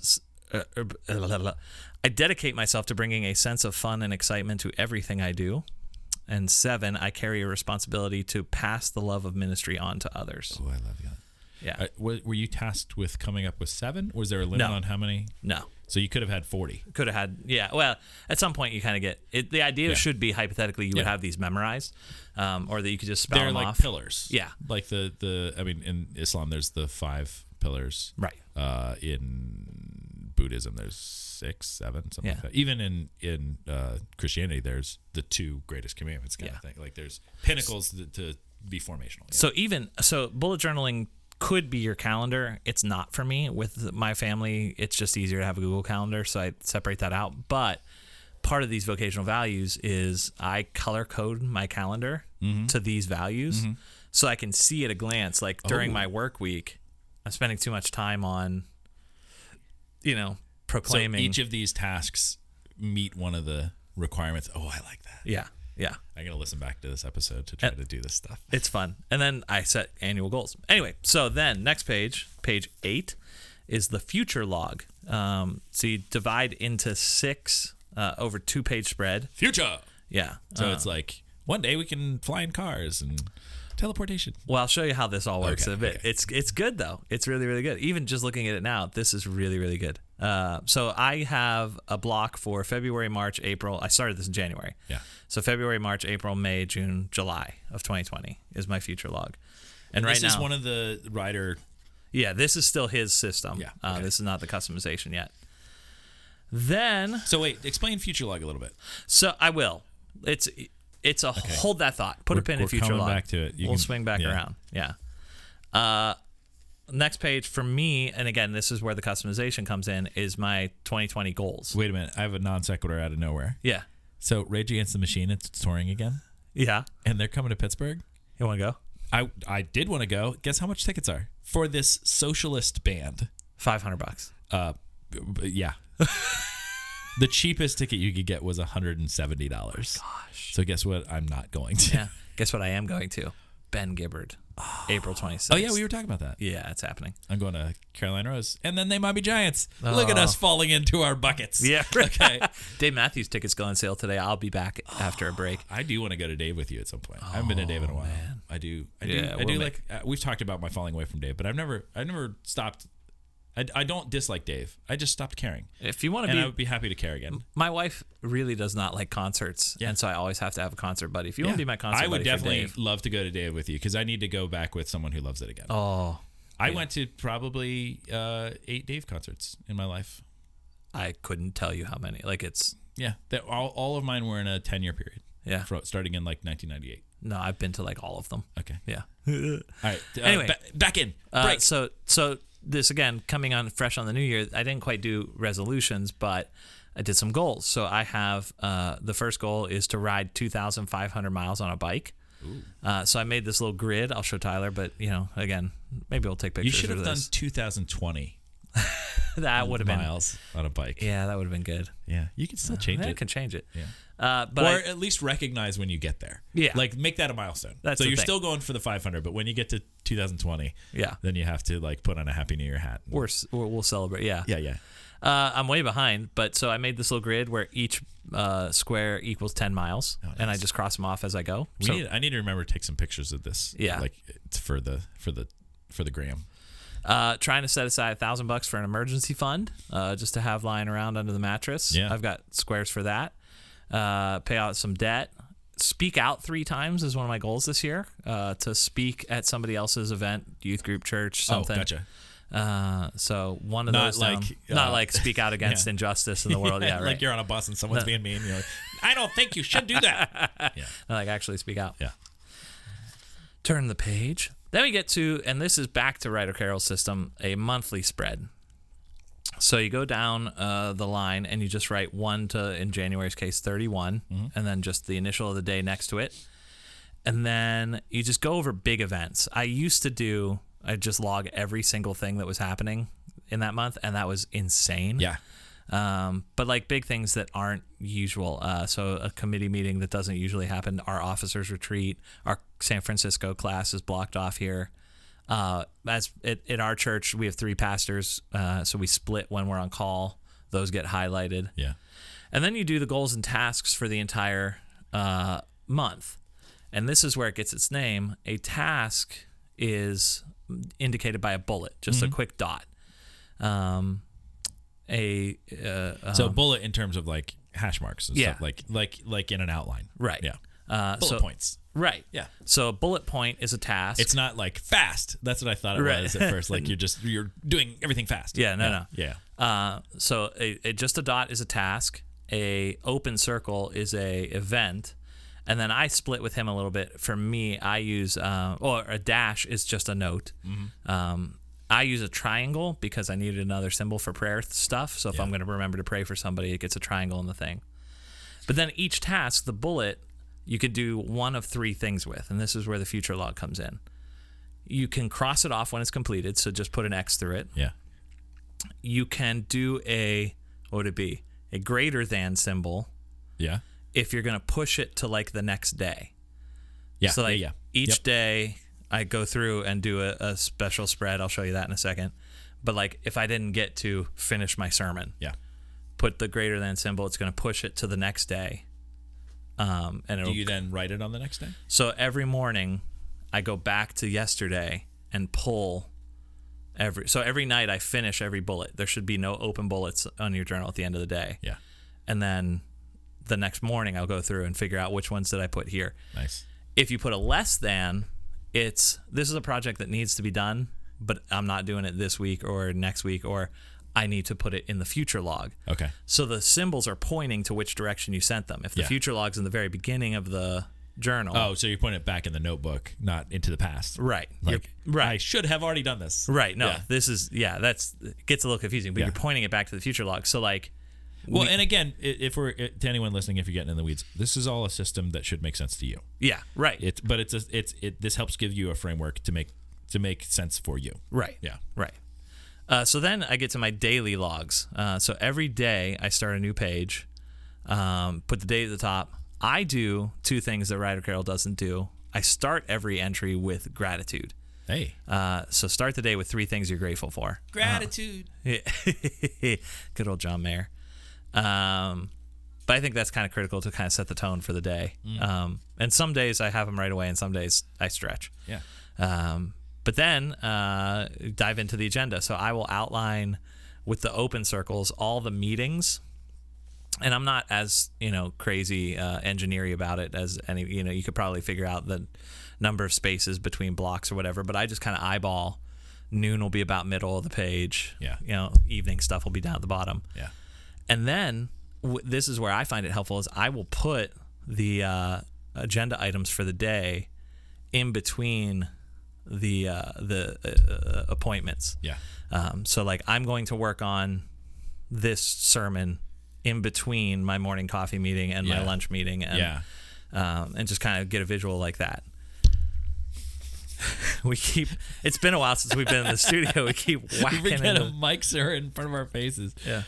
Uh, uh, la, la, la. I dedicate myself to bringing a sense of fun and excitement to everything I do. And seven, I carry a responsibility to pass the love of ministry on to others.
Oh, I love that.
Yeah.
Uh, were, were you tasked with coming up with seven? Was there a limit
No.
on how many?
no.
So you could have had forty.
could have had yeah well at some point you kind of get it the idea
Yeah.
should be hypothetically you would
Yeah.
have these memorized um, or that you could just spell
They're
them
like
off
pillars.
Yeah.
Like the the I mean, in Islam, there's the five pillars.
right
Uh, in Buddhism, there's six, seven, something like
Yeah.
that. Even in in uh, Christianity, there's the two greatest commandments kind
Yeah.
of thing. Like there's pinnacles to, to be formational. Yeah.
so even so bullet journaling could be your calendar it's not for me with my family it's just easier to have a google calendar so i separate that out but part of these vocational values is i color code my calendar
Mm-hmm.
to these values so i can see at a glance like during
Oh.
my work week i'm spending too much time on you know
So
proclaiming
each of these tasks meet one of the requirements. Oh, I like that.
Yeah, yeah,
I'm gonna listen back to this episode to try to do this stuff.
it's fun. And then I set annual goals. Anyway, so then next page, page eight, is the future log. Um, so you divide into six uh, over two page spread.
Future.
Yeah.
So
Uh,
it's like one day we can fly in cars and teleportation.
well, I'll show you how this all works
Okay,
in a bit.
okay.
It's it's good though. It's really really good. Even just looking at it now, this is really really good. Uh, so I have a block for February, March, April. I started this in January.
Yeah.
So February, March, April, May, June, July of 2020 is my future log. And right
this
now,
is one of the rider.
Yeah, this is still his system.
Yeah,
Uh,
okay.
this is not the customization yet. Then,
So wait, explain future log a little bit.
so I will. It's it's a hold that thought. Put a
We're-
pin in
we're
future
coming
log.
back to it. You
we'll
can-
swing back
yeah.
around. Yeah. Uh, next page for me, and again, this is where the customization comes in. Is my 2020 goals.
Wait a minute, I have a non sequitur out of nowhere.
Yeah.
So Rage Against the Machine, it's touring again,
Yeah.
and they're coming to Pittsburgh.
You want to go?
I I did want to go. Guess how much tickets are for this socialist band?
500 bucks.
Uh, b- b- yeah. the cheapest ticket you could get was hundred and seventy dollars. gosh. So guess what? I'm not going to.
Oh Yeah. Guess what? I am going to Ben Gibbard, April 26th.
Oh yeah, we were talking about that.
Yeah, it's happening.
I'm going to Carolina Rose, and then they might be Giants. Look at us falling into our buckets.
Oh. Yeah.
Okay.
Dave Matthews tickets go on sale today. I'll be back after a break.
I do want to go to Dave with you at some point. I haven't been to Dave in a while. I do. I do.
Oh, Yeah,
I
we'll
do
make-
like. Uh, we've talked about my falling away from Dave, but I've never. I've never stopped. I, I don't dislike Dave. I just stopped caring,
If you want to
and
be,
I would be happy to care again.
my wife really does not like concerts, and so I always have to have a concert buddy. If you want to be my concert,
I would
buddy for
definitely
Dave-
love to go to Dave with you because I need to go back with someone who loves it again.
oh,
I went to probably uh, eight Dave concerts in my life.
I couldn't tell you how many. Like it's
Yeah, that all, all of mine were in a ten year period,
yeah.
fro- starting in like 1998.
No, I've been to like all of them.
Okay.
Yeah.
All right. Uh,
Anyway.
ba- back in.
Uh,
Break.
so so this again coming on fresh on the new year. I didn't quite do resolutions, but I did some goals. So I have uh, the first goal is to ride 2,500 miles on a bike. Uh, so I made this little grid. I'll show Tyler, but you know, again, maybe we'll take
you
pictures
should
of
have done
this.
2020
that would have been
miles on a bike.
yeah, that would have been good.
Yeah. You can still change
Yeah, I
it.
can change it. Yeah. Uh, but
or
I-
at least recognize when you get there.
Yeah.
Like make that a milestone.
That's
so
the
you're
thing.
still going for the 500, but when you get to 2020,
Yeah.
then you have to like put on a happy new year hat.
we're, s- we'll we'll celebrate. Yeah.
yeah, yeah.
Uh, I'm way behind, but so I made this little grid where each uh, square equals 10 miles, and I just cross them off as I go.
Oh, We
so
need, I need to remember to take some pictures of this.
Yeah.
Like it's for the for the for the gram.
uh, trying to set aside a thousand bucks for an emergency fund, uh, just to have lying around under the mattress.
Yeah.
I've got squares for that. Uh, pay out some debt. speak out three times is one of my goals this year. Uh, to speak at somebody else's event, youth group, church, something.
Oh, gotcha.
Uh, so one of
Not
those down.
like,
not
uh,
like speak out against injustice in the world. Yeah, right.
like you're on a bus and someone's being mean. You're like,
I don't think you should do that.
No, like actually speak out.
Yeah.
Turn the page. Then we get to, and this is back to Ryder Carroll's system, a monthly spread. So you go down uh, the line and you just write one to, in January's case, 31,
Mm-hmm.
and then just the initial of the day next to it. And then you just go over big events. I used to do, I just log every single thing that was happening in that month, and that was insane.
yeah.
Um, but like big things that aren't usual. Uh, so a committee meeting that doesn't usually happen. Our officers retreat. Our San Francisco class is blocked off here. Uh, as at, at our church, we have three pastors, uh, so we split when we're on call. Those get highlighted,
Yeah.
and then you do the goals and tasks for the entire uh, month. And this is where it gets its name. A task is indicated by a bullet, just a quick dot. Um, a uh,
So bullet in terms of like hash marks and
Yeah.
stuff like like like in an outline.
Right.
Yeah.
Uh,
Bullet
so,
points.
Right.
Yeah.
So a bullet point is a task.
It's not like fast. That's what I thought it
Right.
was at first. Like you're just you're doing everything fast.
yeah. No. No.
Yeah.
Uh, so a, a, just a dot is a task. A open circle is a event, and then I split with him a little bit. For me, I use uh, or a dash is just a note. Um, I use a triangle because I needed another symbol for prayer stuff. So if I'm going to remember to pray for somebody, it gets a triangle in the thing. But then each task, the bullet, you could do one of three things with, and this is where the future log comes in. You can cross it off when it's completed, so just put an X through it
Yeah.
you can do a what would it be a greater than symbol
Yeah.
if you're going to push it to like the next day
Yeah.
so like
yeah. yeah.
each
Yep.
day i go through and do a, a special spread i'll show you that in a second but like if i didn't get to finish my sermon
Yeah.
put the greater than symbol it's going to push it to the next day um, and it'll
Do you then write it on the next day?
So every morning, I go back to yesterday and pull every. So every night, I finish every bullet. There should be no open bullets on your journal at the end of the day.
Yeah.
And then the next morning, I'll go through and figure out which ones did I put here.
Nice.
If you put a less than, it's this is a project that needs to be done, but I'm not doing it this week or next week, or I need to put it in the future log.
Okay.
So the symbols are pointing to which direction you sent them. If the
Yeah.
future log's in the very beginning of the journal,
Oh, so you're putting it back in the notebook, not into the past.
Right.
Like
You're- right.
I should have already done this.
Right. No,
Yeah.
this is yeah. That's it gets a little confusing, but
Yeah.
you're pointing it back to the future log. So like,
Well, and again, i- if we're to anyone listening, if you're getting in the weeds, this is all a system that should make sense to you.
yeah, right,
It's but it's a, it's it. This helps give you a framework to make to make sense for you.
right,
Yeah.
right. Uh, so then I get to my daily logs. Uh, so every day I start a new page, um, put the date at the top. I do two things that Ryder Carroll doesn't do. I start every entry with gratitude.
Hey.
Uh, so start the day with three things you're grateful for.
Gratitude.
Yeah. Good old John Mayer. Um, but I think that's kind of critical to kind of set the tone for the day. Um, and some days I have them right away, and some days I stretch.
yeah.
Um, but then uh, dive into the agenda. So I will outline with the open circles all the meetings. And I'm not as you know crazy uh, engineery about it as any you know you could probably figure out the number of spaces between blocks or whatever. But I just kind of eyeball. Noon will be about middle of the page.
Yeah.
You know, evening stuff will be down at the bottom.
Yeah.
And then w- this is where I find it helpful is I will put the uh, agenda items for the day in between the uh, the uh, uh, appointments.
Yeah.
Um, so like I'm going to work on this sermon in between my morning coffee meeting and my
Yeah.
lunch meeting and
Yeah.
um, and just kind of get a visual like that. we keep it's been a while since we've been in the studio. We keep whacking
We got
into-
a mic sir in front of our faces.
yeah.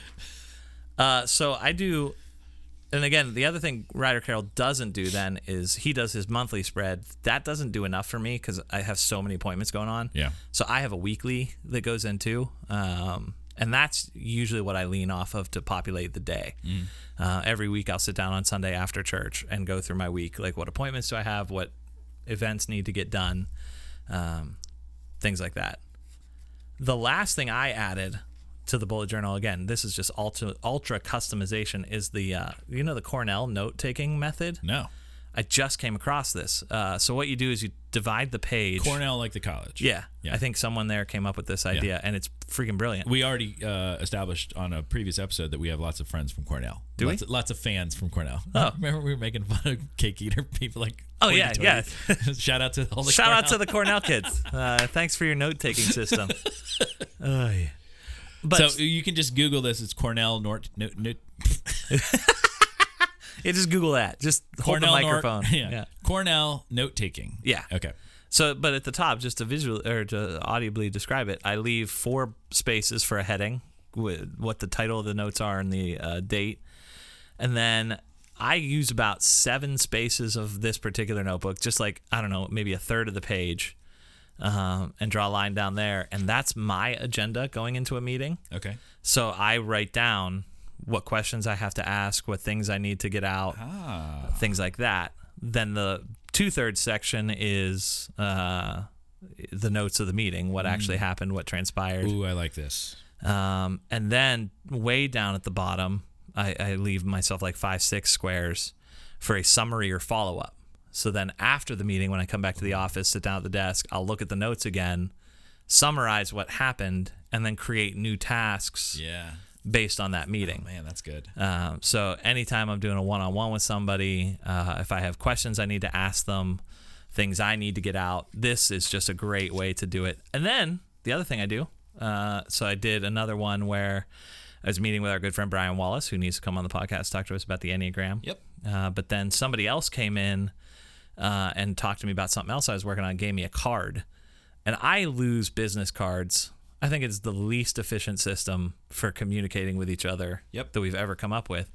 Uh, so I do, and again, the other thing Ryder Carroll doesn't do then is he does his monthly spread. That doesn't do enough for me because I have so many appointments going on.
Yeah.
So I have a weekly that goes into, um, and that's usually what I lean off of to populate the day. Uh, every week I'll sit down on Sunday after church and go through my week, like what appointments do I have, what events need to get done, um, things like that the last thing I added to the bullet journal again, this is just ultra ultra customization is the uh, you know the Cornell note taking method.
No.
I just came across this. Uh, so what you do is you divide the page.
Cornell, like the college.
Yeah,
Yeah.
I think someone there came up with this idea, and it's freaking brilliant.
We already uh, established on a previous episode that we have lots of friends from Cornell.
Do we?
lots, lots of fans from Cornell. Oh. Remember we were making fun of cake eater people like
Oh, yeah,
hoity-toity. Shout out to all the
Shout out to the Cornell
Cornell-
kids. Uh, thanks for your note taking system. Ay. But
So you can just Google this. It's Cornell Nort Newt, Newt,
yeah, just Google that. Just hold
Cornell
the
Nort-
microphone.
yeah. Cornell note taking.
Yeah.
Okay.
So, but at the top, just to visually or to audibly describe it, I leave four spaces for a heading, with what the title of the notes are and the uh, date, and then I use about seven spaces of this particular notebook, just like I don't know, maybe a third of the page, um, and draw a line down there, and that's my agenda going into a meeting.
Okay.
So I write down what questions I have to ask, what things I need to get out, things like that. Then the two thirds section is uh, the notes of the meeting, what actually happened, what transpired.
Ooh, I like this.
Um, and then way down at the bottom, I, I leave myself like five, six squares for a summary or follow up. So then after the meeting, when I come back to the office, sit down at the desk, I'll look at the notes again, summarize what happened, and then create new tasks
Yeah.
based on that meeting.
Man, that's good.
Um, so anytime I'm doing a one-on-one with somebody, uh, if I have questions I need to ask them, things I need to get out, this is just a great way to do it. And then the other thing I do, uh, so I did another one where I was meeting with our good friend Brian Wallace, who needs to come on the podcast talk to us about the Enneagram.
Yep.
Uh, but then somebody else came in uh, and talked to me about something else I was working on, gave me a card. And I lose business cards. I think it's the least efficient system for communicating with each other
Yep.
that we've ever come up with,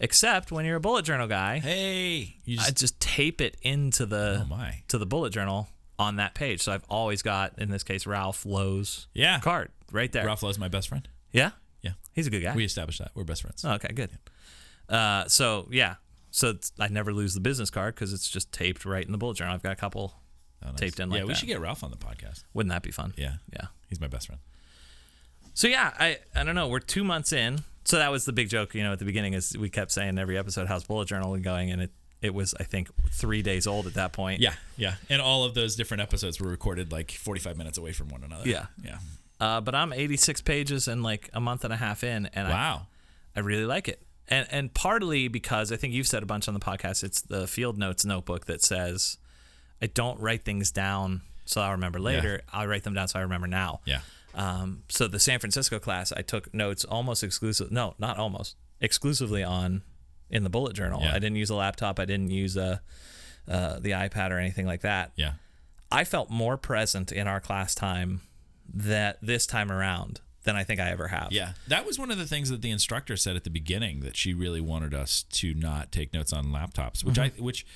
except when you're a bullet journal guy.
Hey, you
I
just
just tape it into the
Oh, my.
to the bullet journal on that page. So I've always got, in this case, Ralph Lowe's
yeah.
card right there.
Ralph Lowe's my best friend.
Yeah,
Yeah.
he's a good guy.
We established that. We're best friends.
Oh, okay, good. Uh, so yeah, so it's, I never lose the business card because it's just taped right in the bullet journal. I've got a couple
Oh, nice.
taped in
Yeah,
like
we
that.
should get Ralph on the podcast.
Wouldn't that be fun?
Yeah.
yeah.
He's my best friend.
So yeah, I I don't know. We're two months in, so that was the big joke. You know, at the beginning, is we kept saying every episode how's bullet journal going, and it it was I think three days old at that point.
Yeah, yeah. And all of those different episodes were recorded like 45 minutes away from one another.
Yeah.
Yeah.
Uh, but I'm 86 pages and like a month and a half in, and I,
Wow.
I really like it. And and partly because I think you've said a bunch on the podcast, it's the field notes notebook that says I don't write things down so I'll remember later. I write them down so I remember now.
Yeah.
Um, so the San Francisco class, I took notes almost exclusive. No, not almost exclusively on in the bullet journal.
Yeah.
I didn't use a laptop. I didn't use a uh, the iPad or anything like that.
Yeah.
I felt more present in our class time that this time around than I think I ever have.
Yeah. That was one of the things that the instructor said at the beginning that she really wanted us to not take notes on laptops, which
Mm-hmm.
I which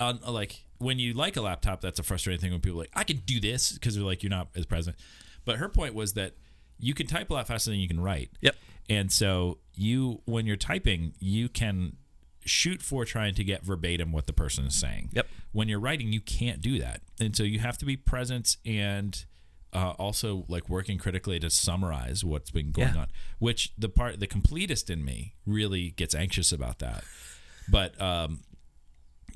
um, like when you like a laptop, that's a frustrating thing when people are like I can do this because they're like you're not as present. But her point was that you can type a lot faster than you can write.
Yep.
And so you when you're typing, you can shoot for trying to get verbatim what the person is saying.
Yep.
When you're writing, you can't do that. And so you have to be present and uh, also like working critically to summarize what's been going
Yeah.
on, which the part the completest in me really gets anxious about that. But um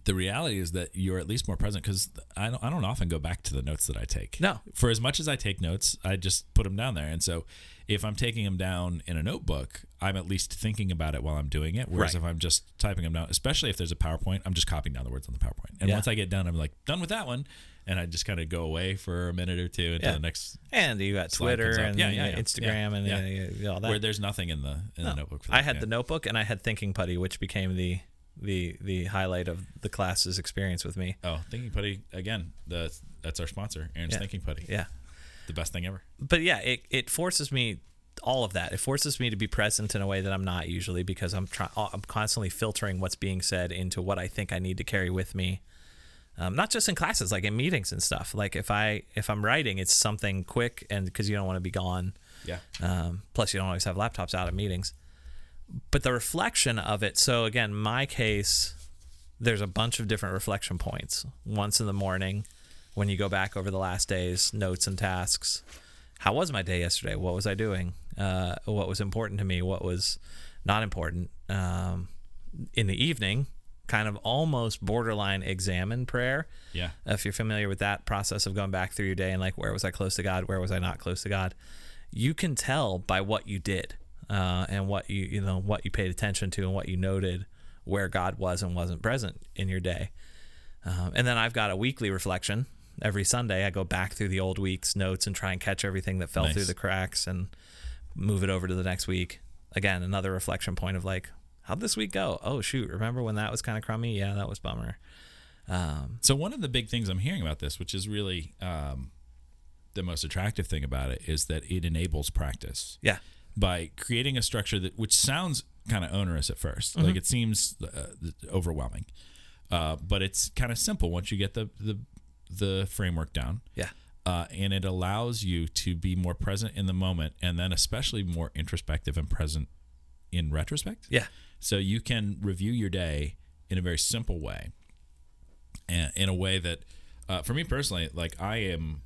the reality is that you're at least more present because I don't, I don't often go back to the notes that I take.
No.
For as much as I take notes, I just put them down there. And so if I'm taking them down in a notebook, I'm at least thinking about it while I'm doing it. Whereas
Right.
if I'm just typing them down, especially if there's a PowerPoint, I'm just copying down the words on the PowerPoint. And
Yeah.
once I get done, I'm like, done with that one. And I just kind of go away for a minute or two until
Yeah.
the next,
And you got
Slide
Twitter
comes up.
and
Yeah, yeah,
uh,
yeah.
Instagram and
Yeah.
uh, all that.
where there's nothing in the in the notebook. For that.
I had
Yeah.
the notebook and I had thinking putty, which became the the the highlight of the class's experience with me.
oh thinking putty again. The that's our sponsor, Aaron's
Yeah.
thinking putty.
Yeah,
the best thing ever.
but yeah, it it forces me all of that. It forces me to be present in a way that I'm not usually because I'm trying. I'm constantly filtering what's being said into what I think I need to carry with me. Um, not just in classes, like in meetings and stuff. Like if I if I'm writing, it's something quick and because you don't want to be gone.
Yeah.
Um, plus, you don't always have laptops out at meetings. But the reflection of it. So again, my case, there's a bunch of different reflection points. Once in the morning, when you go back over the last day's notes and tasks. How was my day yesterday? What was I doing? Uh, what was important to me? What was not important? Um, in the evening, kind of almost borderline examine prayer.
Yeah.
Uh, If you're familiar with that process of going back through your day and like, where was I close to God? Where was I not close to God? You can tell by what you did uh, and what you, you know, what you paid attention to and what you noted where God was and wasn't present in your day. Um, and then I've got a weekly reflection every Sunday. I go back through the old week's notes and try and catch everything that fell
Nice.
through the cracks and move it over to the next week. Again, another reflection point of like, how'd this week go? Oh, shoot. Remember when that was kind of crummy? Yeah, that was bummer.
So one of the big things I'm hearing about this, which is really um, the most attractive thing about it, is that it enables practice
Yeah.
by creating a structure that, which sounds kind of onerous at 1st like it seems uh, overwhelming, uh, but it's kind of simple once you get the the, the framework down.
Yeah.
Uh, and it allows you to be more present in the moment, and then especially more introspective and present in retrospect.
Yeah.
So you can review your day in a very simple way, and in a way that, uh, for me personally, like I am,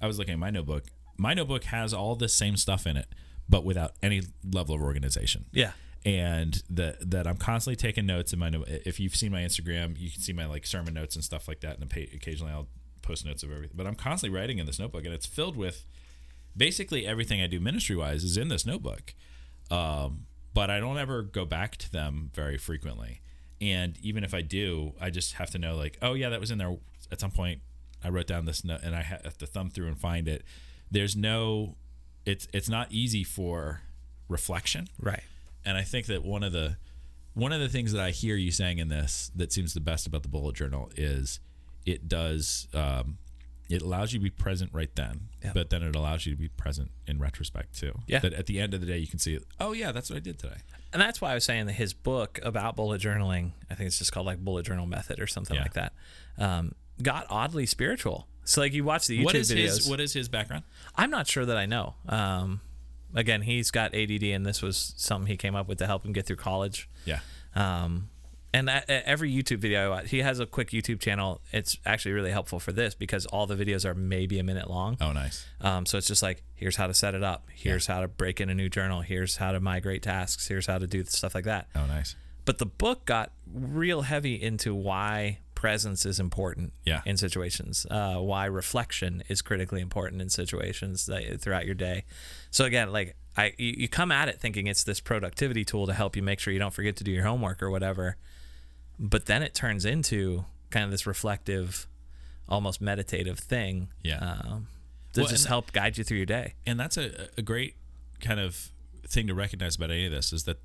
I was looking at my notebook. My notebook has all the same stuff in it, but without any level of organization.
Yeah.
And that that I'm constantly taking notes in my. note- If you've seen my Instagram, you can see my like sermon notes and stuff like that. And pa- occasionally I'll post notes of everything. But I'm constantly writing in this notebook, and it's filled with basically everything I do ministry wise is in this notebook. Um, but I don't ever go back to them very frequently. And even if I do, I just have to know like, oh yeah, that was in there at some point. I wrote down this note, and I have to thumb through and find it. There's no, it's it's not easy for reflection
Right.
and I think that one of the one of the things that I hear you saying in this that seems the best about the bullet journal is it does um, it allows you to be present right then,
Yeah.
but then it allows you to be present in retrospect too.
Yeah.
That at the end of the day you can see, oh yeah, that's what I did today.
And that's why I was saying that his book about bullet journaling, I think it's just called like Bullet Journal Method or something
Yeah.
like that, um, got oddly spiritual. So like you watch the YouTube
what is
videos.
his what is his background?
I'm not sure that I know. Um, again, he's got ADD, and this was something he came up with to help him get through college.
Yeah.
Um, and that, uh, every YouTube video I watch, he has a quick YouTube channel. It's actually really helpful for this because all the videos are maybe a minute long.
Oh nice.
Um, so it's just like, here's how to set it up. Here's how to break in a new journal. Here's how to migrate tasks. Here's how to do stuff like that.
Oh nice.
But the book got real heavy into why presence is important
Yeah.
in situations, uh, why reflection is critically important in situations that, throughout your day. So again, like I, you, you come at it thinking it's this productivity tool to help you make sure you don't forget to do your homework or whatever, but then it turns into kind of this reflective, almost meditative thing.
Yeah.
um, to
Well,
just
and-
help guide you through your day.
and that's a, a great kind of thing to recognize about any of this is that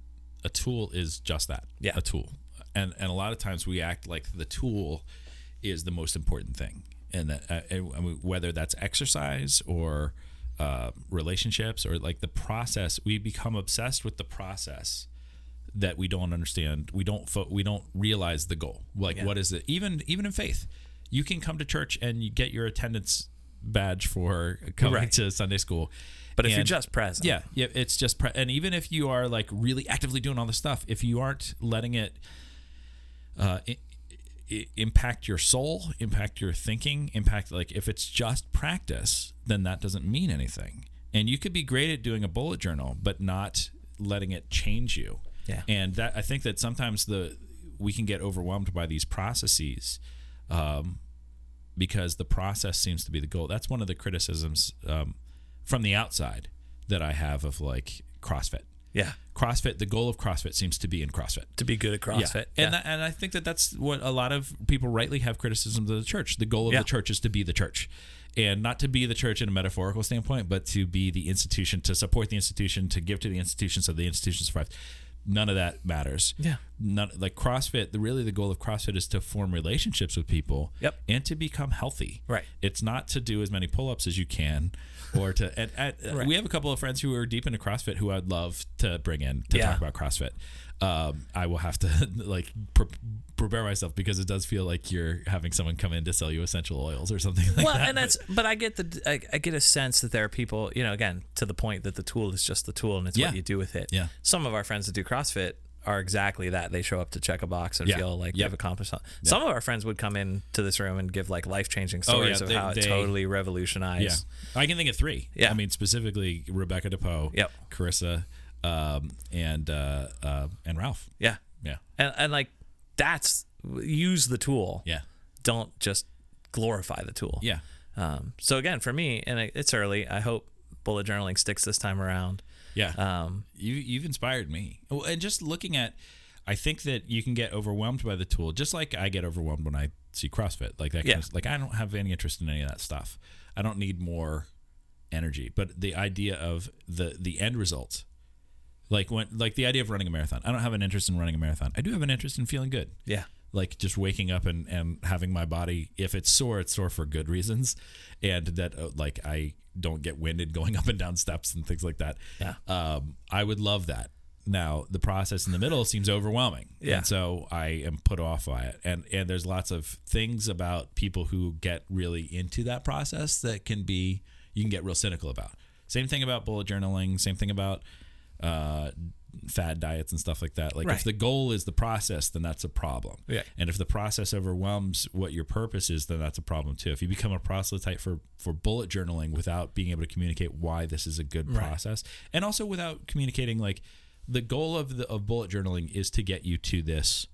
a tool is just that
Yeah.
a tool and and a lot of times we act like the tool is the most important thing and that uh, and- I mean, whether that's exercise or uh, relationships or like the process we become obsessed with the process that we don't understand we don't fo- we don't realize the goal like what is it even even in faith you can come to church and you get your attendance badge for coming
Right.
to sunday school
But if you're
And-
just present,
yeah yeah it's just pre- and even if you are like really actively doing all this stuff if you aren't letting it uh i i impact your soul impact your thinking impact like if it's just practice then that doesn't mean anything and you could be great at doing a bullet journal but not letting it change you
Yeah.
and that i think that sometimes the we can get overwhelmed by these processes um, because the process seems to be the goal. That's one of the criticisms um, from the outside that I have of like CrossFit.
yeah,
CrossFit, the goal of CrossFit seems to be in CrossFit.
to be good at CrossFit,
Yeah. And, that, and I think that that's what a lot of people rightly have criticisms of the church. The goal of
Yeah.
the church is to be the church. And not to be the church in a metaphorical standpoint, but to be the institution, to support the institution, to give to the institution so the institution survives. None of that matters.
Yeah.
None, like CrossFit, the, really the goal of CrossFit is to form relationships with people
Yep.
and to become healthy.
Right.
It's not to do as many pull ups as you can or to. And, and,
Right.
We have a couple of friends who are deep into CrossFit who I'd love to bring in to
Yeah.
talk about CrossFit. Um, I will have to like pre- prepare myself because it does feel like you're having someone come in to sell you essential oils or something like
well
that.
and that's but i get the I, I get a sense that there are people you know again to the point that the tool is just the tool and it's
Yeah.
what you do with it
Yeah.
some of our friends that do crossfit are exactly that they show up to check a box and
Yeah.
feel like
Yep.
they've accomplished something some of our friends would come in to this room and give like life-changing stories
Oh, yeah,
of
they-
how
they-
it totally
yeah,
revolutionized
I can think of three.
Yeah.
I mean specifically Rebecca Depoe,
Yep.
Carissa, um, and uh, uh, and Ralph.
yeah,
Yeah,
And, and like that's use the tool.
Yeah.
Don't just glorify the tool.
Yeah.
Um, so again, for me, and it- it's early. I hope bullet journaling sticks this time around.
Yeah.
Um,
you you've inspired me. Well, and just looking at, I think that you can get overwhelmed by the tool, just like I get overwhelmed when I see CrossFit. Like that.
Yeah.
Kind of, like I don't have any interest in any of that stuff. I don't need more energy. But the idea of the the end result, like when like the idea of running a marathon. I don't have an interest in running a marathon. I do have an interest in feeling good
yeah.
like just waking up and, and having my body if it's sore it's sore for good reasons and that uh, like i don't get winded going up and down steps and things like that
Yeah.
um, i would love that now the process in the middle seems overwhelming
Yeah.
and so i am put off by it and and there's lots of things about people who get really into that process that can be you can get real cynical about same thing about bullet journaling same thing about uh, fad diets and stuff like that like if
Right.
the goal is the process then that's a problem
Yeah.
and if the process overwhelms what your purpose is, then that's a problem too. If you become a proselyte for for bullet journaling without being able to communicate why this is a good process, and also without communicating like the goal of the of bullet journaling is to get you to this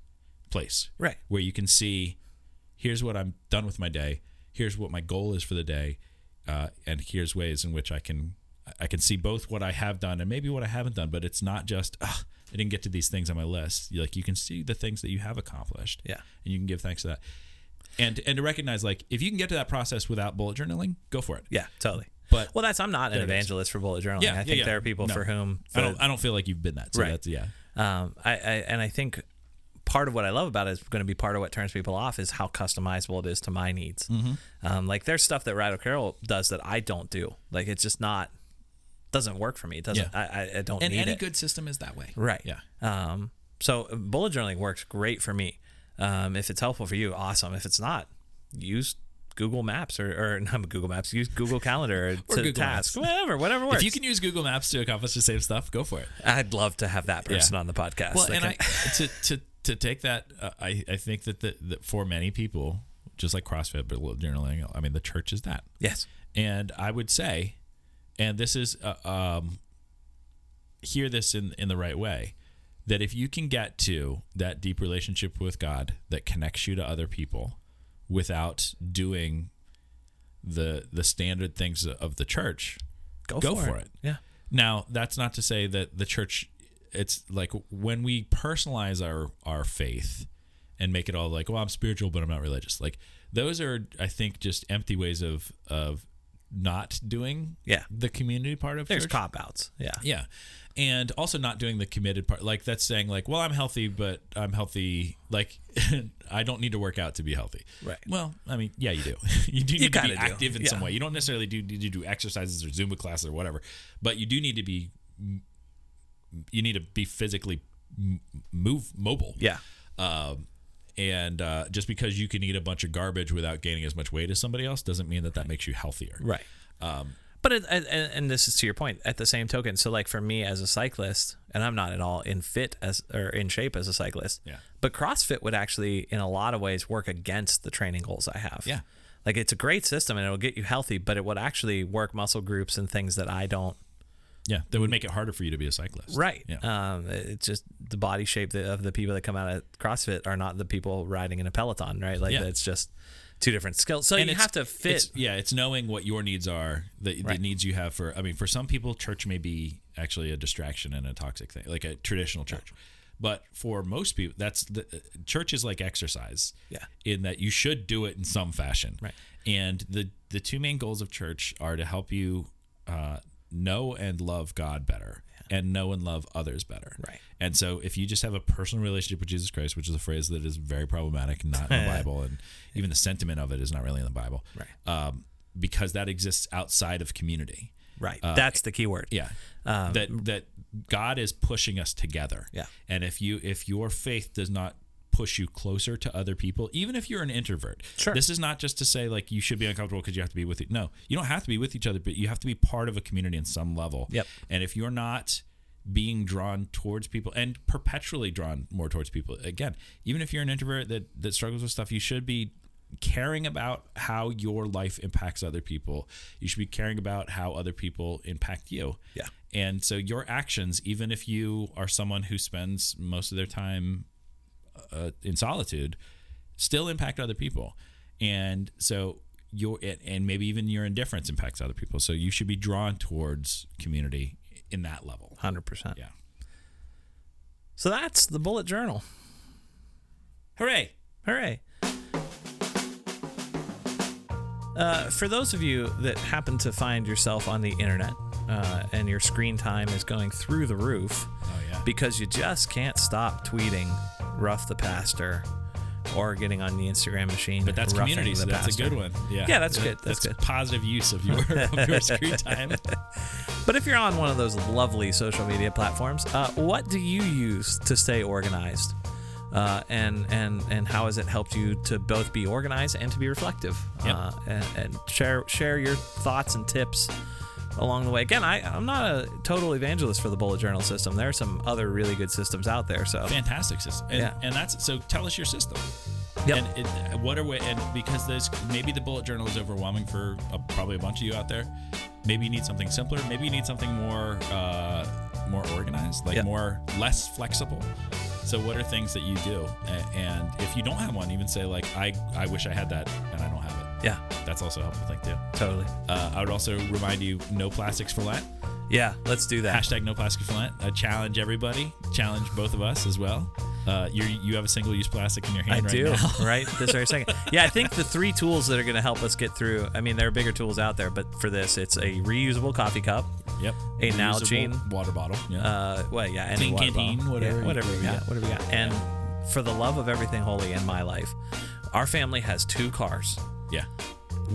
place,
Right.
where you can see here's what I'm done with my day, here's what my goal is for the day, uh, and here's ways in which I can I can see both what I have done and maybe what I haven't done, but it's not just Ugh, I didn't get to these things on my list. You- Like you can see the things that you have accomplished,
Yeah.
and you can give thanks to that, and and to recognize like if you can get to that process without bullet journaling, go for it.
Yeah, totally.
But-
well, that's I'm not an
it is.
evangelist for bullet journaling.
Yeah,
I
yeah,
think
yeah.
there are people
No.
for whom
I don't I don't feel like you've been that. So
Right.
that's yeah.
Um, I, I and I think part of what I love about it is going to be part of what turns people off is how customizable it is to my needs.
Mm-hmm.
Um, like there's stuff that Ryder Carroll does that I don't do. Like it's just not doesn't work for me. It doesn't.
Yeah.
I, I, I don't
And
need
any
it.
good system is that way.
right.
Yeah.
Um, so bullet journaling works great for me. Um, if it's helpful for you, awesome. If it's not, use Google Maps or, or not Google Maps. Use Google Calendar to
Google
task.
Maps.
Whatever, whatever works.
If you can use Google Maps to accomplish the same stuff, go for it.
I'd love to have that person
Yeah.
on the podcast.
well,
that
and
can-
I to to to take that, uh, I I think that the, that for many people, just like CrossFit, but journaling, I mean, the church is that,
yes,
and I would say, and this is uh, um, hear this in in the right way, that if you can get to that deep relationship with God that connects you to other people, without doing the the standard things of the church,
go,
Go
for,
for
it.
it.
Yeah,
now, that's not to say that the church it's like when we personalize our our faith and make it all like, well, I'm spiritual but I'm not religious. Like those are I think just empty ways of of not doing
Yeah.
the community part of
there's
church.
cop outs. Yeah,
Yeah. And also not doing the committed part. Like that's saying like, well, I'm healthy, but I'm healthy. Like I don't need to work out to be healthy.
Right.
Well, I mean, yeah, you do. you do need to
gotta
be
do.
active in some
Yeah.
way. You don't necessarily do need to do exercises or Zumba classes or whatever, but you do need to be, you need to be physically m- move mobile.
yeah,
Um, and uh, just because you can eat a bunch of garbage without gaining as much weight as somebody else doesn't mean that that makes you healthier.
right. Um, but it, and, and and this is to your point. At the same token, so like for me as a cyclist, and I'm not at all in fit as or in shape as a cyclist.
Yeah.
But CrossFit would actually, in a lot of ways, work against the training goals I have.
Yeah.
Like it's a great system and it'll get you healthy, but it would actually work muscle groups and things that I don't
Yeah. That would make it harder for you to be a cyclist.
Right.
Yeah.
Um, it- it's just the body shape that, of the people that come out of CrossFit are not the people riding in a peloton, right? Like
Yeah.
it's just two different skills. So you
it's-
have to fit.
it's- yeah, it's knowing what your needs are, the, the
Right.
needs you have for. I mean, for some people, church may be actually a distraction and a toxic thing, like a traditional church. But for most people, that's the uh, church is like exercise.
Yeah.
In that you should do it in some fashion.
Right.
And the the two main goals of church are to help you uh, know and love God better. And know and love others better.
Right.
And so, if you just have a personal relationship with Jesus Christ, which is a phrase that is very problematic, not in the Bible, and even the sentiment of it is not really in the Bible,
Right.
um, because that exists outside of community.
right. That's the key word.
uh, Yeah. that that God is pushing us together.
Um, Yeah.
And if you if your faith does not push you closer to other people, even if you're an introvert,
Sure.
this is not just to say like you should be uncomfortable because you have to be with it. No, you don't have to be with each other, but you have to be part of a community in some level.
Yep.
And if you're not being drawn towards people and perpetually drawn more towards people, again, even if you're an introvert that that struggles with stuff, you should be caring about how your life impacts other people. You should be caring about how other people impact you.
Yeah.
And so your actions, even if you are someone who spends most of their time uh, in solitude, still impact other people. And so your and- and maybe even your indifference impacts other people. So you should be drawn towards community in that level.
100%.
Yeah.
So that's the bullet journal.
Hooray!
Hooray. Uh, for those of you that happen to find yourself on the internet uh, and your screen time is going through the roof
Oh yeah.
because you just can't stop tweeting Rough the Pastor or getting on the Instagram machine.
but that's
"Roughing
community, so
the
that's
Pastor."
a good one. Yeah.
Yeah, that's good, that's good.
positive use of your of your screen time.
But if you're on one of those lovely social media platforms, uh, what do you use to stay organized? Uh, and and and how has it helped you to both be organized and to be reflective?
Yep.
Uh, and, and share share your thoughts and tips along the way. Again, I, I'm not a total evangelist for the bullet journal system. There are some other really good systems out there. So
Fantastic system. And,
Yeah.
and that's so tell us your system.
Yep.
And it, what are we, and because there's maybe the bullet journal is overwhelming for a, probably a bunch of you out there. Maybe you need something simpler. Maybe you need something more uh, more organized, like
Yep.
more less flexible. So what are things that you do? A- And if you don't have one, even say like I I wish I had that and I don't have it.
yeah,
That's also a helpful thing too.
totally.
Uh, I would also remind you no plastics for Lent.
Yeah, let's do that.
Hashtag no plastic for Lent. I challenge everybody. Challenge both of us as well. Uh, you you have a single use plastic in your
I
hand right
do,
now.
right? This very second. Yeah, I think the three tools that are going to help us get through. I mean, there are bigger tools out there, but for this, it's a reusable coffee cup.
Yep.
A
Reusable
Nalgene.
water bottle. Yeah.
Uh, well, yeah, any
Clean
water bottle.
canteen, whatever
yeah,
you-
whatever we
yeah,
got, whatever we got. And for the love of everything holy in my life, our family has two cars
yeah.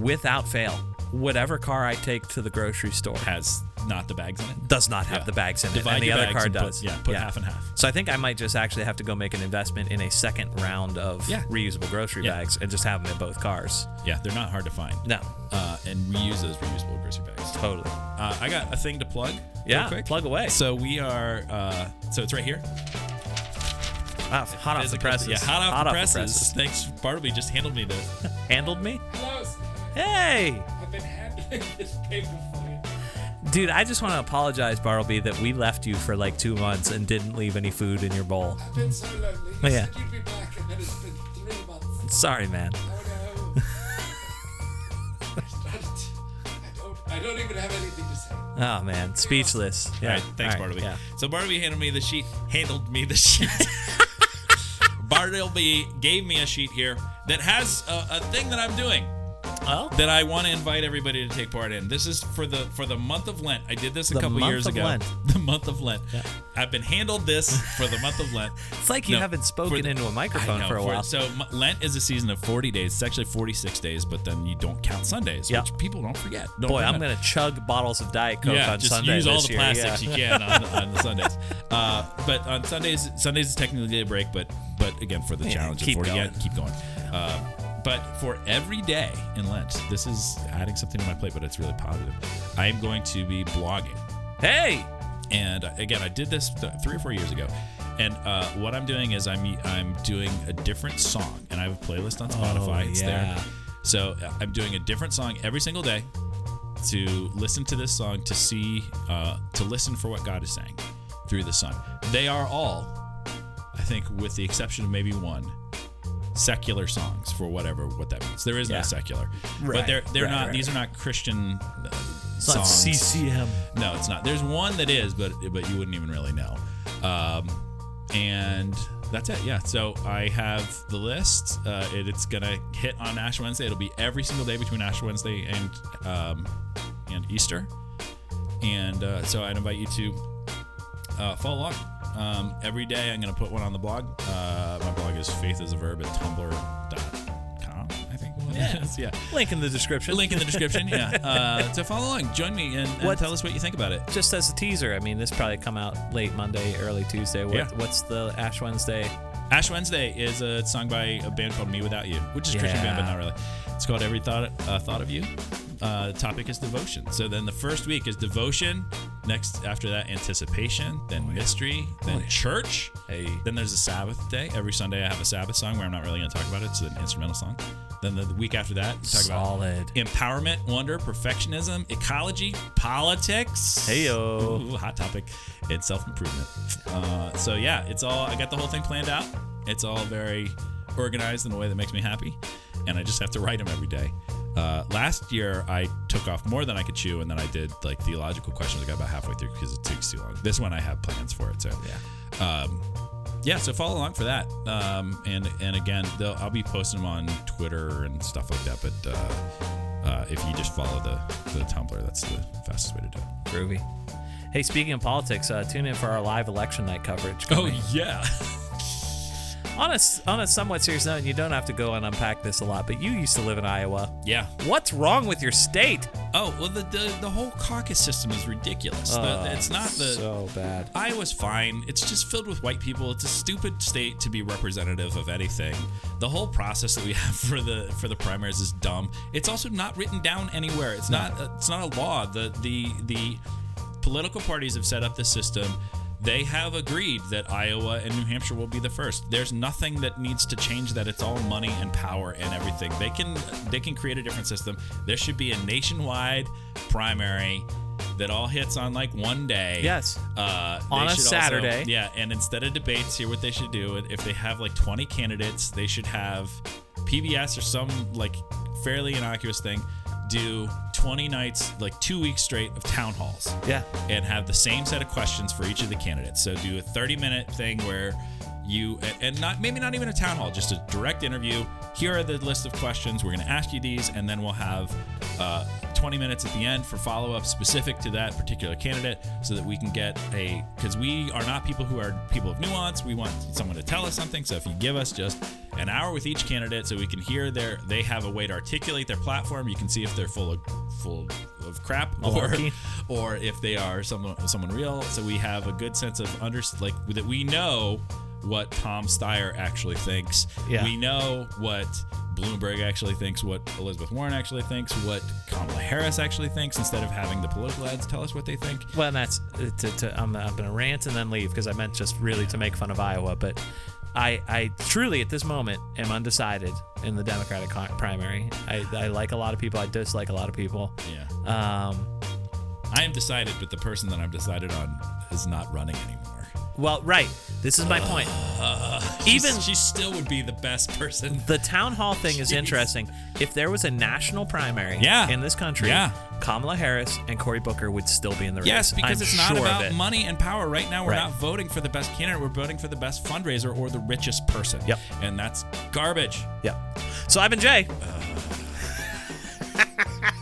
without fail. Whatever car I take to the grocery store
Has not the bags in it.
does not have the bags in it,
Divide
and the
your
other
bags
car
and put-
does.
yeah, put half and half.
So I think I might just actually have to go make an investment in a second round of
Yeah.
reusable grocery
Yeah.
bags and just have them in both cars.
Yeah. They're not hard to find.
No,
Uh, and reuse those reusable grocery bags.
totally.
Uh, I got a thing to plug. real
Yeah,
quick.
plug away.
So we are. Uh, so it's right here.
Wow, hot off the
Physical-
presses.
Yeah, hot off, the, presses. Thanks, Bartleby. Just handled me this.
Handled me.
Close.
Hey.
I've been handling this paper for you.
Dude, I just want to apologize, Bartleby, that we left you for like two months and didn't leave any food in your bowl.
I've been so lonely. You
Yeah.
said you'd be back, and then it's been three months.
Sorry, man.
Oh no. I don't- I don't. I don't even have anything to say.
Oh man, speechless. Yeah.
All right, thanks,
All right,
Bartleby.
yeah.
So Bartleby handed me the sheet. Handled me the sheet. Bartleby gave me a sheet here that has a, a thing that I'm doing
Well,
that I want to invite everybody to take part in. This is for the for the month of Lent. I did this a
The
couple
month
years
of
ago.
Lent.
The month of Lent. I've been handled this for the month of Lent.
it's like you
No,
haven't
for
spoken
the-
into a
I
microphone
know,
for a while.
So m- Lent is a season of 40 days. It's actually 46 days, but then you don't count Sundays,
Yeah.
which people don't forget. Don't
Boy, I'm
forget.
gonna chug bottles of Diet Coke
yeah,
on
just
Sunday
use all
this
the
year.
plastics
yeah.
you can on, on the Sundays. Uh, but on Sundays, Sundays is technically a break, but but again for the
Yeah,
challenge of
keep
40
going.
yeah, keep going. Uh, but for every day in Lent, this is adding something to my plate, but it's really positive. I am going to be blogging,
Hey,
and uh, again, I did this th- three or four years ago. And uh, what I'm doing is I'm I'm doing a different song, and I have a playlist on Spotify. it's
Oh, yeah.
there. So uh, I'm doing a different song every single day to listen to this song to see uh, to listen for what God is saying through the song. They are all, I think, with the exception of maybe one, secular songs for whatever what that means. There is
Yeah.
no secular,
Right,
but they're they're
right,
not.
right,
These are not Christian uh,
it's not
songs.
CCM.
No, it's not. There's one that is, but but you wouldn't even really know. Um, and that's it. Yeah. So I have the list. Uh, it, it's gonna hit on Ash Wednesday. It'll be every single day between Ash Wednesday and um, and Easter. And uh, so I'd invite you to uh, follow along. Um, every day I'm gonna put one on the blog. Uh, my blog is faith is a verb at tumblr.com. I think one yeah. is. Yeah.
Link in the description.
Link in the description. Yeah. Uh, so follow along. Join me and, and
What-
tell us what you think about it.
Just as a teaser, I mean, this probably come out late Monday, early Tuesday. What,
Yeah.
What's the Ash Wednesday?
Ash Wednesday is a song by a band called Me Without You, which is a Christian
Yeah.
band, but not really. It's called Every Thought uh, Thought of You. Uh, the topic is devotion. So then the first week is devotion. Next, after that, anticipation.
Oh,
Then mystery. Then church.
Hey.
Then there's a Sabbath day. Every Sunday, I have a Sabbath song where I'm not really going to talk about it. It's an instrumental song. Then the, the week after that, we talk about
Solid.
empowerment, wonder, perfectionism, ecology, politics.
Heyo.
Ooh, hot topic. And self improvement. Uh, so yeah, it's all. I got the whole thing planned out. It's all very organized in a way that makes me happy, and I just have to write them every day. Uh, last year, I took off more than I could chew, and then I did like theological questions. I got about halfway through because it takes too long. This one, I have plans for it. So yeah, um, yeah. So follow along for that. Um, and and again, they'll- I'll be posting them on Twitter and stuff like that. But uh, uh, if you just follow the the Tumblr, that's the fastest way to do it.
Groovy. Hey, speaking of politics, uh, tune in for our live election night coverage.
Oh
coming.
yeah.
On a, s- on a somewhat serious note, and you don't have to go and unpack this a lot, but you used to live in Iowa.
Yeah.
What's wrong with your state?
Oh well, the the, the whole caucus system is ridiculous.
Oh,
the, Uh, it's not the
so bad.
Iowa's fine. It's just filled with white people. It's a stupid state to be representative of anything. The whole process that we have for the for the primaries is dumb. It's also not written down anywhere. It's not uh, it's not a law. The the the political parties have set up this system. They have agreed that Iowa and New Hampshire will be the first. There's nothing that needs to change that. It's all money and power and everything. They can they can create a different system. There should be a nationwide primary that all hits on like one day.
Yes.
Uh, they
On a
should also-
Saturday.
yeah, and instead of debates, here what they should do if they have like 20 candidates, they should have PBS or some like fairly innocuous thing do 20 nights, like two weeks straight of town halls
Yeah.
and have the same set of questions for each of the candidates. So do a 30 minute thing where you and not maybe not even a town hall, just a direct interview. Here are the list of questions. We're going to ask you these, and then we'll have uh, 20 minutes at the end for follow up specific to that particular candidate, so that we can get a because we are not people who are people of nuance. We want someone to tell us something. So if you give us just an hour with each candidate, so we can hear their they have a way to articulate their platform. You can see if they're full of full of crap or
Malarkey.
or if they are someone someone real. So we have a good sense of under like that we know what Tom Steyer actually thinks.
Yeah.
We know what Bloomberg actually thinks, what Elizabeth Warren actually thinks, what Kamala Harris actually thinks, instead of having the political ads tell us what they think.
Well, and that's uh, to, to, I'm, I'm gonna rant and then leave because I meant just really to make fun of Iowa, but I I truly at this moment am undecided in the Democratic con- primary. I, I like a lot of people, I dislike a lot of people.
Yeah.
Um,
I am decided, but the person that I'm decided on is not running anymore.
well, right, this is my point.
She's-
Even-
she still would be the best person.
The town hall thing is
Jeez.
interesting. If there was a national primary
Yeah.
in this country,
Yeah.
Kamala Harris and Cory Booker would still be in the race.
Yes, because
I'm
it's not
sure of
about
it.
money and power. Right now, we're
Right.
not voting for the best candidate. We're voting for the best fundraiser or the richest person.
Yep.
And that's garbage.
Yep. So I've been Jay.
Uh,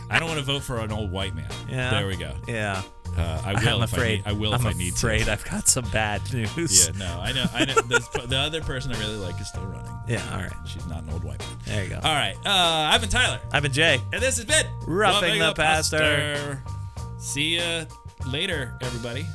I don't want to vote for an old white man.
Yeah.
There we go.
Yeah.
Uh, I will.
I'm
if
afraid.
I, need, I will
I'm
if I need
afraid
to.
I've got some bad news.
Yeah. No. I know. I know. this, the other person I really like is still running.
Yeah, all right.
She's not an old white man.
There you go.
All right. Uh, I've been Tyler,
I've been Jay.
and this has been
Roughing the Pastor.
Pastor. See ya later, everybody.